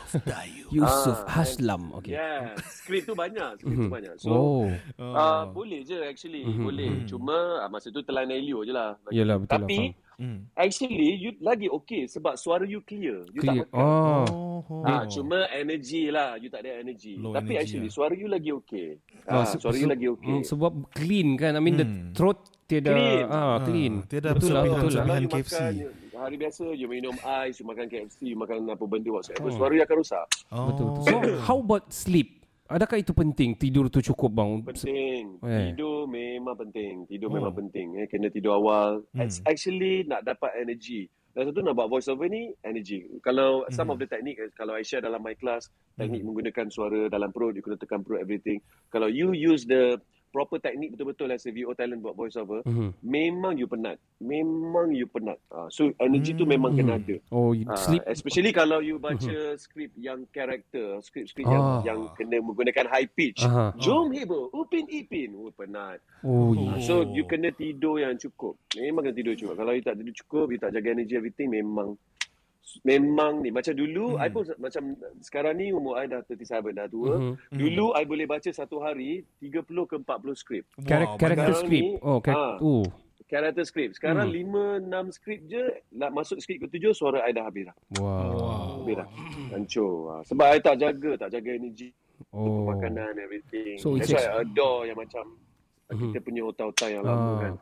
Speaker 6: Yusuf
Speaker 1: Ah,
Speaker 6: Haslam. Okay.
Speaker 1: Yeah, skrip tu banyak, skrip
Speaker 6: Mhm.
Speaker 1: tu banyak. So,
Speaker 6: Oh.
Speaker 9: Oh.
Speaker 1: Uh, boleh je actually
Speaker 6: Mhm.
Speaker 1: mm-hmm. boleh cuma uh, masa tu telan Elio je lah
Speaker 6: Yalah, betul lah,
Speaker 1: tapi
Speaker 9: Hmm.
Speaker 1: actually you lagi okay sebab suara you clear you
Speaker 6: Clear.
Speaker 1: tak makan
Speaker 6: Oh.
Speaker 9: Oh. oh.
Speaker 1: Ah, cuma energy lah you tak ada energy
Speaker 9: Low
Speaker 1: tapi
Speaker 9: energy
Speaker 1: actually
Speaker 9: lah.
Speaker 1: suara you lagi okay ah,
Speaker 6: se-
Speaker 1: suara
Speaker 6: se-
Speaker 1: you lagi okay
Speaker 6: mm, sebab clean kan. I mean the
Speaker 9: Hmm.
Speaker 6: throat tiada
Speaker 1: Clean.
Speaker 6: ah clean.
Speaker 9: Ah, tiada
Speaker 6: betul lah,
Speaker 9: sepihan-
Speaker 6: betul lah.
Speaker 9: sepihan.
Speaker 1: you
Speaker 9: KFC.
Speaker 1: makan you, hari biasa you minum ais you makan KFC you makan apa benda whatsoever suara you akan rusak
Speaker 9: Oh.
Speaker 6: Betul, betul. So how about sleep? Adakah itu penting tidur tu cukup bang?
Speaker 1: penting
Speaker 6: Eh.
Speaker 1: tidur memang penting
Speaker 6: Oh.
Speaker 1: tidur memang penting eh kena tidur awal
Speaker 6: Hmm.
Speaker 1: Ac- actually nak dapat energy dan satu nak buat voice over ni energy kalau
Speaker 6: Hmm.
Speaker 1: some of the technique eh, kalau I share dalam my class teknik menggunakan suara dalam perut you kena tekan perut everything kalau you use the proper teknik betul-betul as a VO talent buat voice over
Speaker 6: Hmm. Mhm.
Speaker 1: memang you penat memang you penat Ah, so energy tu memang kena ada
Speaker 6: Oh, you
Speaker 1: Ah,
Speaker 6: sleep. Mhm.
Speaker 1: especially kalau you baca skrip yang karakter, skrip-skrip yang
Speaker 6: Ah.
Speaker 1: yang kena menggunakan high pitch.
Speaker 6: Aha.
Speaker 1: Jom hebo, upin ipin. Oh, penat.
Speaker 6: Oh, yeah.
Speaker 1: Ah, So you kena tidur yang cukup. Memang kena tidur cukup. Kalau you tak tidur cukup, you tak jaga energy everything memang memang ni macam dulu
Speaker 6: Hmm.
Speaker 1: I pun macam sekarang ni umur I dah 37 dah tua.
Speaker 6: Mhm.
Speaker 1: Dulu I boleh baca satu hari 30 ke 40 skrip.
Speaker 6: Charac- character
Speaker 1: sekarang
Speaker 6: script.
Speaker 1: ni-
Speaker 6: Oh,
Speaker 1: Ah.
Speaker 6: character. Oh.
Speaker 1: Karakter skrip. Sekarang
Speaker 6: Hmm.
Speaker 1: 5 6 skrip je nak masuk skrip ke-7 suara I dah habis dah.
Speaker 6: Wow.
Speaker 1: Habis dah. Hancur. Ah, Sebab I tak jaga, tak jaga energy,
Speaker 6: Oh.
Speaker 1: makanan, everything.
Speaker 6: So
Speaker 1: So,
Speaker 6: it's Hmm.
Speaker 1: That's why I adore yang macam kita punya otak-otak yang lama
Speaker 6: Ah.
Speaker 1: kan.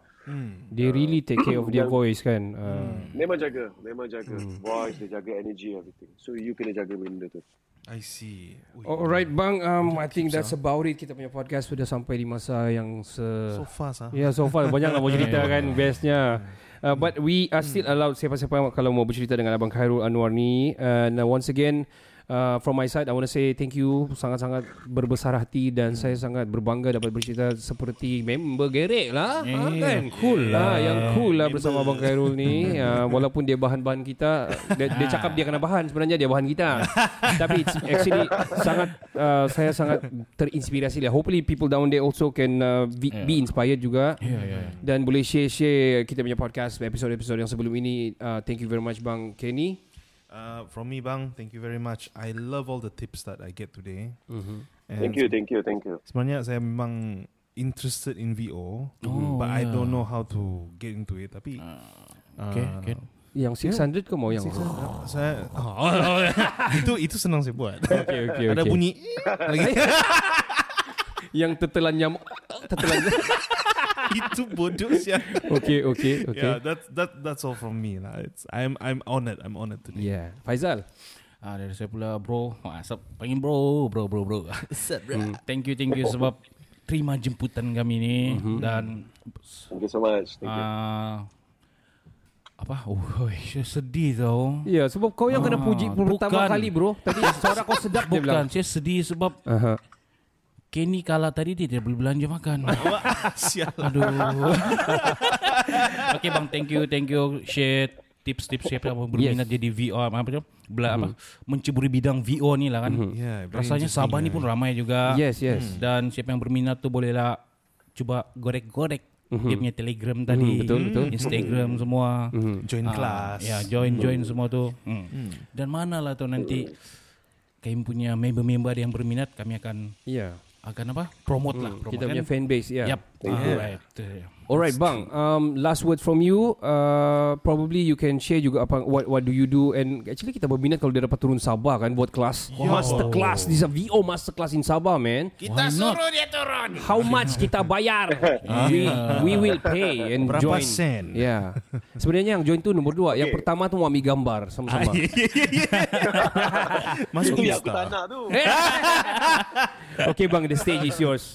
Speaker 6: They really take care of their voice kan. Uh,
Speaker 1: Memang jaga, memang jaga.
Speaker 6: Hmm.
Speaker 1: Voice, dia jaga energy, everything. So, you kena jaga benda tu.
Speaker 9: I see. Ui,
Speaker 6: Oh, Alright bang, um, I think that's about it. Kita punya podcast sudah sampai di masa yang se
Speaker 9: So fast ah.
Speaker 6: Ya yeah, so far banyak nak bercerita kan bestnya. Uh, but we are still allowed siapa-siapa yang kalau mau bercerita dengan Abang Khairul Anwar ni. And uh, once again uh, from my side I want to say thank you sangat-sangat berbesar hati dan saya sangat berbangga dapat bercerita seperti member gerek
Speaker 9: Ah,
Speaker 6: lah. Yeah, ha, kan? Cool lah. yang cool lah bersama Abang Khairul ni. Uh, walaupun dia bahan-bahan kita dia, dia cakap dia kena bahan sebenarnya dia bahan kita. Tapi it's actually sangat uh, saya sangat terinspirasi lah. Hopefully people down there also can uh, be, be inspired juga.
Speaker 7: Ya, ya, ya.
Speaker 6: Dan boleh share-share kita punya podcast episod-episod yang sebelum ini. Uh, thank you very much Bang Kenny.
Speaker 9: Uh, from me, Bang, thank you very much. I love all the tips that I get today. And
Speaker 1: Thank you, thank you, thank you.
Speaker 9: Sebenarnya saya memang interested in VO,
Speaker 7: Oh, Hmm,
Speaker 9: but
Speaker 7: ya.
Speaker 9: I
Speaker 7: Ah.
Speaker 9: don't know how to get into it. Tapi
Speaker 7: Okay, okay.
Speaker 6: Yang 600 ke mau yang?
Speaker 9: saya itu itu senang saya buat.
Speaker 6: Oh. Okay, okay,
Speaker 9: Ada
Speaker 6: okay.
Speaker 9: bunyi "Eh" lagi
Speaker 6: Yang tetelan nyamuk. tetelan.
Speaker 9: itu bodoh siapa.
Speaker 6: okay, okay, okay.
Speaker 9: Yeah, that's that that's all from me lah. It's I'm I'm honored. I'm honored
Speaker 6: Yeah.
Speaker 9: today.
Speaker 6: Faizal.
Speaker 7: Ah, dari saya pula bro. Ah, sub, panggil bro, bro, bro, bro. Sub, bro. Thank you, thank you sebab terima jemputan kami ni dan
Speaker 1: Thank you so much. Thank you.
Speaker 7: ah, apa? Oh, sedih tau.
Speaker 6: Ya, yeah, sebab kau yang
Speaker 7: Ah,
Speaker 6: kena puji pertama
Speaker 7: bukan.
Speaker 6: kali bro. Tadi suara kau sedap dia
Speaker 7: Bukan,
Speaker 6: bilang.
Speaker 7: saya sedih sebab
Speaker 6: Aha.
Speaker 7: Kenny kalah tadi dia tidak boleh belanja makan.
Speaker 9: Sial.
Speaker 7: Aduh. okay bang, thank you, thank you. Share tips-tips siapa yang berminat jadi VO apa apa bela apa
Speaker 6: Mm-hmm.
Speaker 7: menceburi bidang VO ni lah kan.
Speaker 9: Yeah, very
Speaker 7: Rasanya
Speaker 9: interesting,
Speaker 7: Sabah ni pun ramai juga. Mm.
Speaker 6: Yes, yes.
Speaker 7: Dan siapa yang berminat tu bolehlah cuba gorek-gorek dia punya Telegram tadi,
Speaker 6: Mm-hmm. betul, betul. Mm-hmm.
Speaker 7: Instagram semua.
Speaker 9: Join
Speaker 7: Ah,
Speaker 9: class. Mm-hmm. Mm.
Speaker 7: Ya, join join semua tu. Hmm. Dan mana lah tu nanti kami punya member-member yang berminat kami akan
Speaker 6: Ya.
Speaker 7: akan apa? Promote lah, promote
Speaker 6: Mm. Kita
Speaker 7: kan?
Speaker 6: punya fan base ya.
Speaker 7: Yep. Alright. Yeah.
Speaker 6: Alright bang, um, last word from you. Uh, probably you can share juga apa what what do you do and actually kita berminat kalau dia dapat turun Sabah kan buat kelas. Master class di VO master class in Sabah man.
Speaker 7: Why not?
Speaker 6: How much kita bayar? we
Speaker 7: Ah.
Speaker 6: we will pay and
Speaker 9: Berapa
Speaker 6: join.
Speaker 9: sen?
Speaker 6: Ya. Sebenarnya yang join tu nombor dua. Yang pertama tu Mami gambar
Speaker 7: Ah,
Speaker 6: sama-sama.
Speaker 9: Masuk
Speaker 1: Itu yang aku
Speaker 9: Insta.
Speaker 1: tak nak tu.
Speaker 6: okay bang, the stage is yours.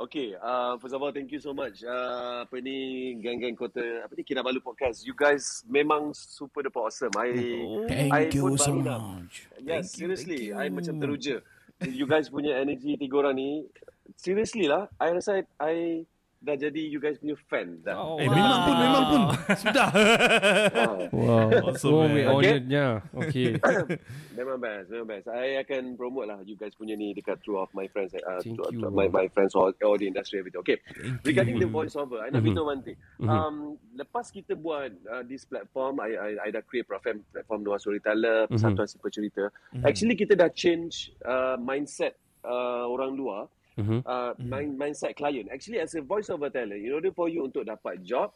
Speaker 1: Okay, uh, first of all, thank you so much. Uh, apa ni, geng-geng kota, apa ni, Kinabalu Podcast. You guys memang super duper awesome. I,
Speaker 7: Oh, Thank
Speaker 1: I
Speaker 7: you
Speaker 1: pun
Speaker 7: so
Speaker 6: Oh,
Speaker 1: baru nak-
Speaker 7: much.
Speaker 1: Yes, seriously. I macam teruja. You guys punya energy tiga orang ni seriously lah, I rasa I dah jadi you guys punya fan dah. Ah.
Speaker 7: Oh,
Speaker 9: Eh, memang pun, memang pun. Sudah.
Speaker 6: Wow.
Speaker 9: Awesome,
Speaker 6: oh,
Speaker 9: man.
Speaker 6: we ordered ya. Okay.
Speaker 1: Memang best, memang best. I akan promote lah you guys punya ni dekat through of my friends, uh,
Speaker 6: Thank
Speaker 1: through,
Speaker 6: you.
Speaker 1: through my my friends all, all the industry everything. Okay, regarding the voiceover, I nak beritahu one thing. Um, lepas kita buat uh, this platform, I, I, I dah create platform platform Noah Storyteller, Persatuan mm-hmm. Pecerita. Actually kita dah change uh, mindset uh, orang luar,
Speaker 6: Mhm.
Speaker 1: uh, mind, mindset client. Actually as a voiceover talent, in order for you untuk dapat job,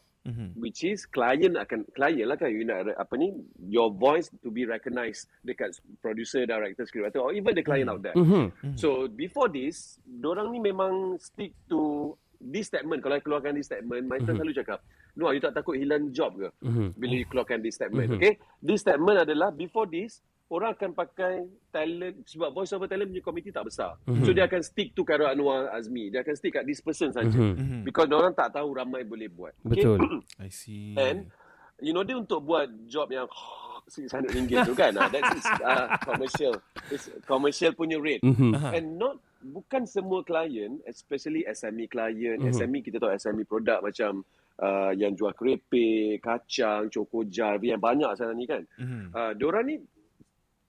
Speaker 1: which is client akan client lah kan you nak re- apa ni your voice to be recognised dekat producer director scriptwriter or even the client out there
Speaker 6: Mhm.
Speaker 1: so before this orang ni memang stick to this statement kalau I keluarkan this statement my friend selalu cakap no you tak takut hilang job ke bila you keluarkan this statement okay this statement adalah before this orang akan pakai talent sebab voice over talent punya community tak besar so dia akan stick to Khairul Anwar Azmi dia akan stick kat this person saja because orang tak tahu ramai boleh buat Okay?
Speaker 6: Hmm. Betul.
Speaker 9: I see.
Speaker 1: And you know dia untuk buat job yang RM600 tu kan. Ah, that is uh, commercial. It's commercial punya rate.
Speaker 6: Hmm.
Speaker 1: And not bukan semua klien, especially E SME klien, SME kita tahu SME produk macam uh, yang jual keripik, kacang, coko jar, yang banyak sana ni kan. Uh, diorang ni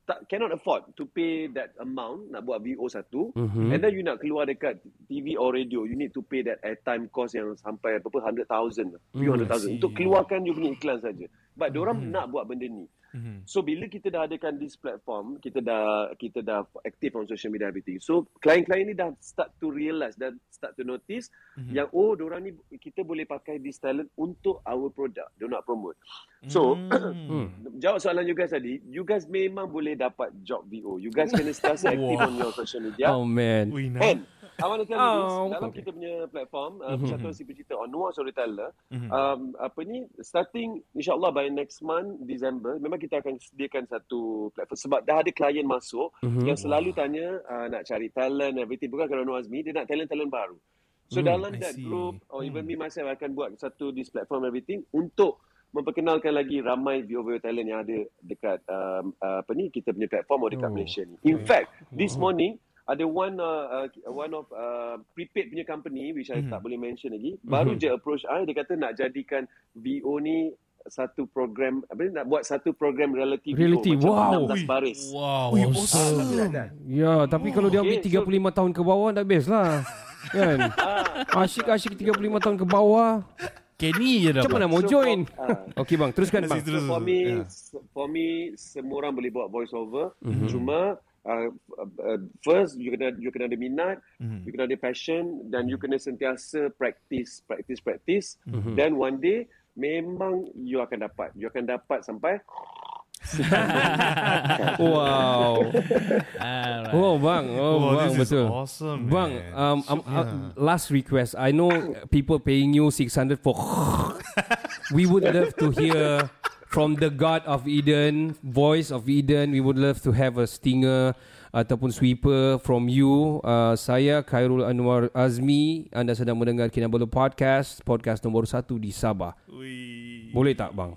Speaker 1: tak cannot afford to pay that amount nak buat VO satu
Speaker 6: Hmm.
Speaker 1: mm-hmm. and then you nak keluar dekat TV or radio you need to pay that airtime cost yang sampai berapa 100,000 few hundred thousand untuk keluarkan you punya iklan saja but diorang nak buat benda ni So bila kita dah adakan this platform, kita dah kita dah aktif on social media everything. So klien-klien ni dah start to realise dan start to notice mm-hmm. yang oh diorang ni kita boleh pakai this talent untuk our product. Dia nak promote. So
Speaker 9: Hmm. Mm.
Speaker 1: Mm.
Speaker 6: hmm.
Speaker 1: jawab soalan you guys tadi, you guys memang boleh dapat job VO. You guys kena sentiasa aktif on your social media.
Speaker 6: Oh man.
Speaker 9: Wih, nah.
Speaker 1: And I want to tell you this,
Speaker 6: Oh,
Speaker 1: dalam
Speaker 6: okay.
Speaker 1: kita punya platform, uh, Persatuan Si Pencipta on Noah Storyteller,
Speaker 9: Mm-hmm.
Speaker 1: um, apa ni, starting insyaAllah by next month, December, memang kita akan sediakan satu platform. Sebab dah ada klien masuk
Speaker 6: Mhm.
Speaker 1: yang selalu tanya uh, nak cari talent, everything. Bukan kerana Noah Azmi, dia nak talent-talent baru. So dalam
Speaker 9: I
Speaker 1: that
Speaker 9: see.
Speaker 1: group, or even me myself akan buat satu this platform everything untuk memperkenalkan lagi ramai VO talent yang ada dekat um, uh, apa ni kita punya platform atau dekat Malaysia ni. In fact, this morning ada one uh, uh, one of uh, prepaid punya company which I tak boleh mention lagi baru je approach I dia kata nak jadikan VO ni satu program apa ni nak buat satu program reality,
Speaker 6: Reality,
Speaker 1: VO
Speaker 6: wow.
Speaker 1: macam 16 baris.
Speaker 6: Oh,
Speaker 7: Wow.
Speaker 9: Wih,
Speaker 1: Ah,
Speaker 9: awesome.
Speaker 1: something like that.
Speaker 6: Ya, tapi kalau dia ambil
Speaker 1: Okay,
Speaker 6: 35 tahun ke bawah tak best lah. Kan? Asyik-asyik 35 tahun ke bawah.
Speaker 7: Kenny je dah.
Speaker 6: Macam mana mau
Speaker 1: So,
Speaker 6: join?
Speaker 1: ah.
Speaker 6: Okey bang, teruskan bang.
Speaker 1: So for me,
Speaker 6: Ya.
Speaker 1: yeah. for me, semua orang boleh buat voice over.
Speaker 6: Mhm.
Speaker 1: Mm-hmm. Cuma uh, uh, first you kena you kena ada minat, mm-hmm.
Speaker 6: Mhm.
Speaker 1: you kena ada passion dan you kena sentiasa practice, practice, practice.
Speaker 6: Mhm.
Speaker 1: Mm-hmm. Then one day memang you akan dapat. You akan dapat sampai
Speaker 6: Wow. Oh bang, oh
Speaker 9: Wow,
Speaker 6: bang
Speaker 9: this is
Speaker 6: betul.
Speaker 9: awesome,
Speaker 6: Bang,
Speaker 9: man.
Speaker 6: um, um, uh, last request. I know people paying you 600 for We would love to hear from the God of Eden, voice of Eden. We would love to have a stinger ataupun sweeper from you. Uh, saya Khairul Anwar Azmi. Anda sedang mendengar Kinabalu Podcast, podcast nombor satu di Sabah. Boleh tak bang?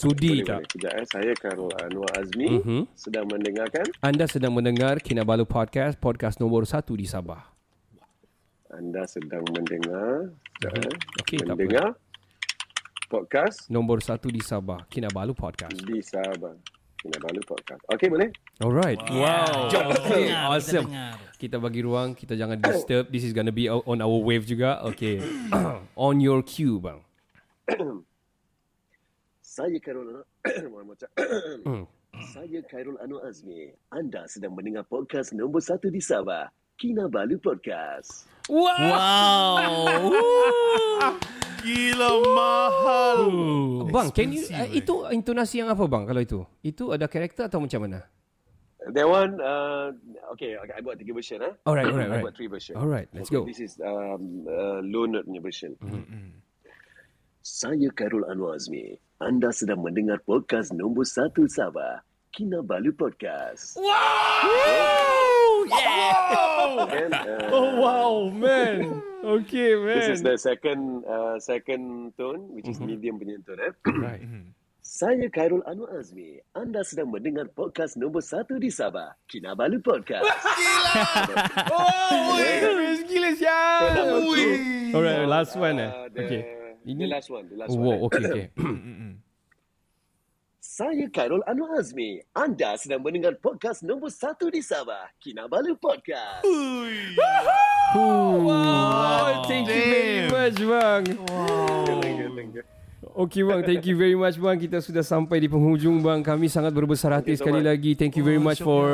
Speaker 6: Sudi
Speaker 1: boleh,
Speaker 6: tak? Mhm.
Speaker 1: boleh. Kejap, eh. Saya Karol Anwar Azmi mm-hmm. sedang mendengarkan.
Speaker 6: Anda sedang mendengar Kinabalu Podcast, podcast nombor satu di Sabah.
Speaker 1: Anda sedang mendengar. Mm-hmm.
Speaker 6: Mhm. Okey, tak apa.
Speaker 1: mendengar podcast
Speaker 6: Nombor satu di Sabah, Kinabalu Podcast.
Speaker 1: di Sabah. Kinabalu podcast. Okey boleh?
Speaker 6: Alright. Wow. Okay, awesome. Kita bagi ruang, kita jangan disturb. This is gonna be o- on our wave juga. Okay. on your cue, bang.
Speaker 1: Saya Khairul Anwar Macam-
Speaker 6: Hmm.
Speaker 1: Saya Khairul Anwar Azmi. Anda sedang mendengar podcast nombor satu di Sabah. Kinabalu Podcast.
Speaker 9: Gila mahal.
Speaker 6: Bang, can you uh, itu intonasi yang apa bang kalau itu? Itu ada karakter atau macam mana?
Speaker 1: That one, uh, okay, okay, I buat tiga version. Eh?
Speaker 6: Alright, alright,
Speaker 1: I
Speaker 6: alright.
Speaker 1: buat three version.
Speaker 6: Alright, let's go. Hmm,
Speaker 1: This is um, uh, low note punya version. Saya Khairul Anwar Azmi. Anda sedang mendengar podcast nombor satu Sabah. Kinabalu Podcast. Wow! Yeah! oh, wow, uh,
Speaker 4: Mm-hmm.
Speaker 1: man. Okay, man. This is the second uh, second tone, which is medium punya tone. Eh? Saya Khairul Anwar Azmi. Anda sedang mendengar podcast nombor satu di Sabah, Kinabalu Podcast.
Speaker 6: Oh, weh. Gila sial. Alright, last one eh.
Speaker 1: Uh, the,
Speaker 6: Okay.
Speaker 1: the
Speaker 6: Ini
Speaker 1: last one, the last one. eh.
Speaker 6: Wow, okay, okay.
Speaker 1: Saya Khairul Anwar Azmi. Anda sedang mendengar podcast nombor satu di Sabah, Kinabalu Podcast.
Speaker 6: Wow, thank you very much bang. Okey bang, thank you very much bang. Kita sudah sampai di penghujung bang. Kami sangat berbesar hati
Speaker 1: so
Speaker 6: sekali
Speaker 1: much.
Speaker 6: lagi. Thank you very much for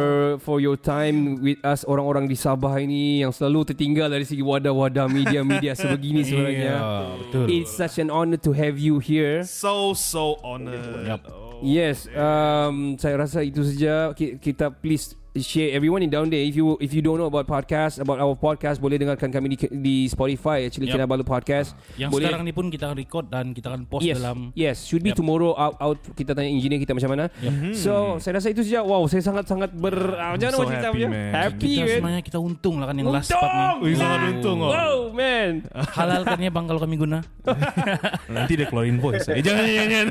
Speaker 6: for your time with us orang-orang di Sabah ini yang selalu tertinggal dari segi wadah-wadah media-media sebegini sebenarnya.
Speaker 7: Yeah, betul.
Speaker 6: It's such an honor to have you here.
Speaker 9: So so honored.
Speaker 7: Yup.
Speaker 6: Yes, um, saya rasa itu saja. Ki- Kita please share everyone in down there. If you if you don't know about podcast, about our podcast, boleh dengarkan kami di, di Spotify. Actually,
Speaker 7: Yup.
Speaker 6: Kinabalu Podcast.
Speaker 7: Ah, Yang
Speaker 6: boleh,
Speaker 7: sekarang ni pun kita record dan kita akan post
Speaker 6: yes,
Speaker 7: dalam
Speaker 6: yes, should be
Speaker 7: Yup.
Speaker 6: tomorrow out, out. Kita tanya engineer kita macam mana. So, saya rasa itu saja. Wow, saya sangat-sangat ber... ah, Macam mana
Speaker 9: Mhm. so
Speaker 6: macam kita
Speaker 9: happy,
Speaker 6: punya?
Speaker 9: man.
Speaker 6: Happy,
Speaker 7: kita
Speaker 6: man.
Speaker 7: sebenarnya kita untung lah kan yang last
Speaker 6: Untung!
Speaker 7: part ni.
Speaker 9: Wih, sangat untung, oh.
Speaker 6: Mm. Wow, man.
Speaker 7: Halalkan ya bang kalau kami guna.
Speaker 9: Nanti dia keluarin voice. Eh, jangan jangan. jangan.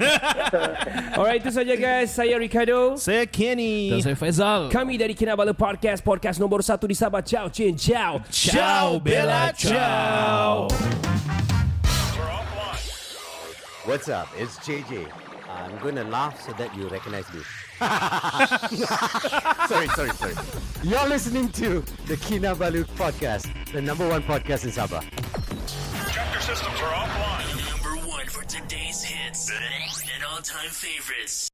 Speaker 6: Alright, itu saja guys. Saya Ricardo.
Speaker 9: Saya Kenny.
Speaker 7: Dan saya Faizal.
Speaker 6: Kami dari Kinabalu Podcast, podcast nombor satu di Sabah. Ciao, cin, ciao.
Speaker 9: Ciao Bella ciao.
Speaker 4: What's up? It's JJ. I'm going to laugh so that you recognize me. sorry, sorry, sorry. You're listening to the Kinabalu podcast, the number one podcast in Sabah.
Speaker 8: Chapter systems are offline. Number one for today's hits and all-time favorites.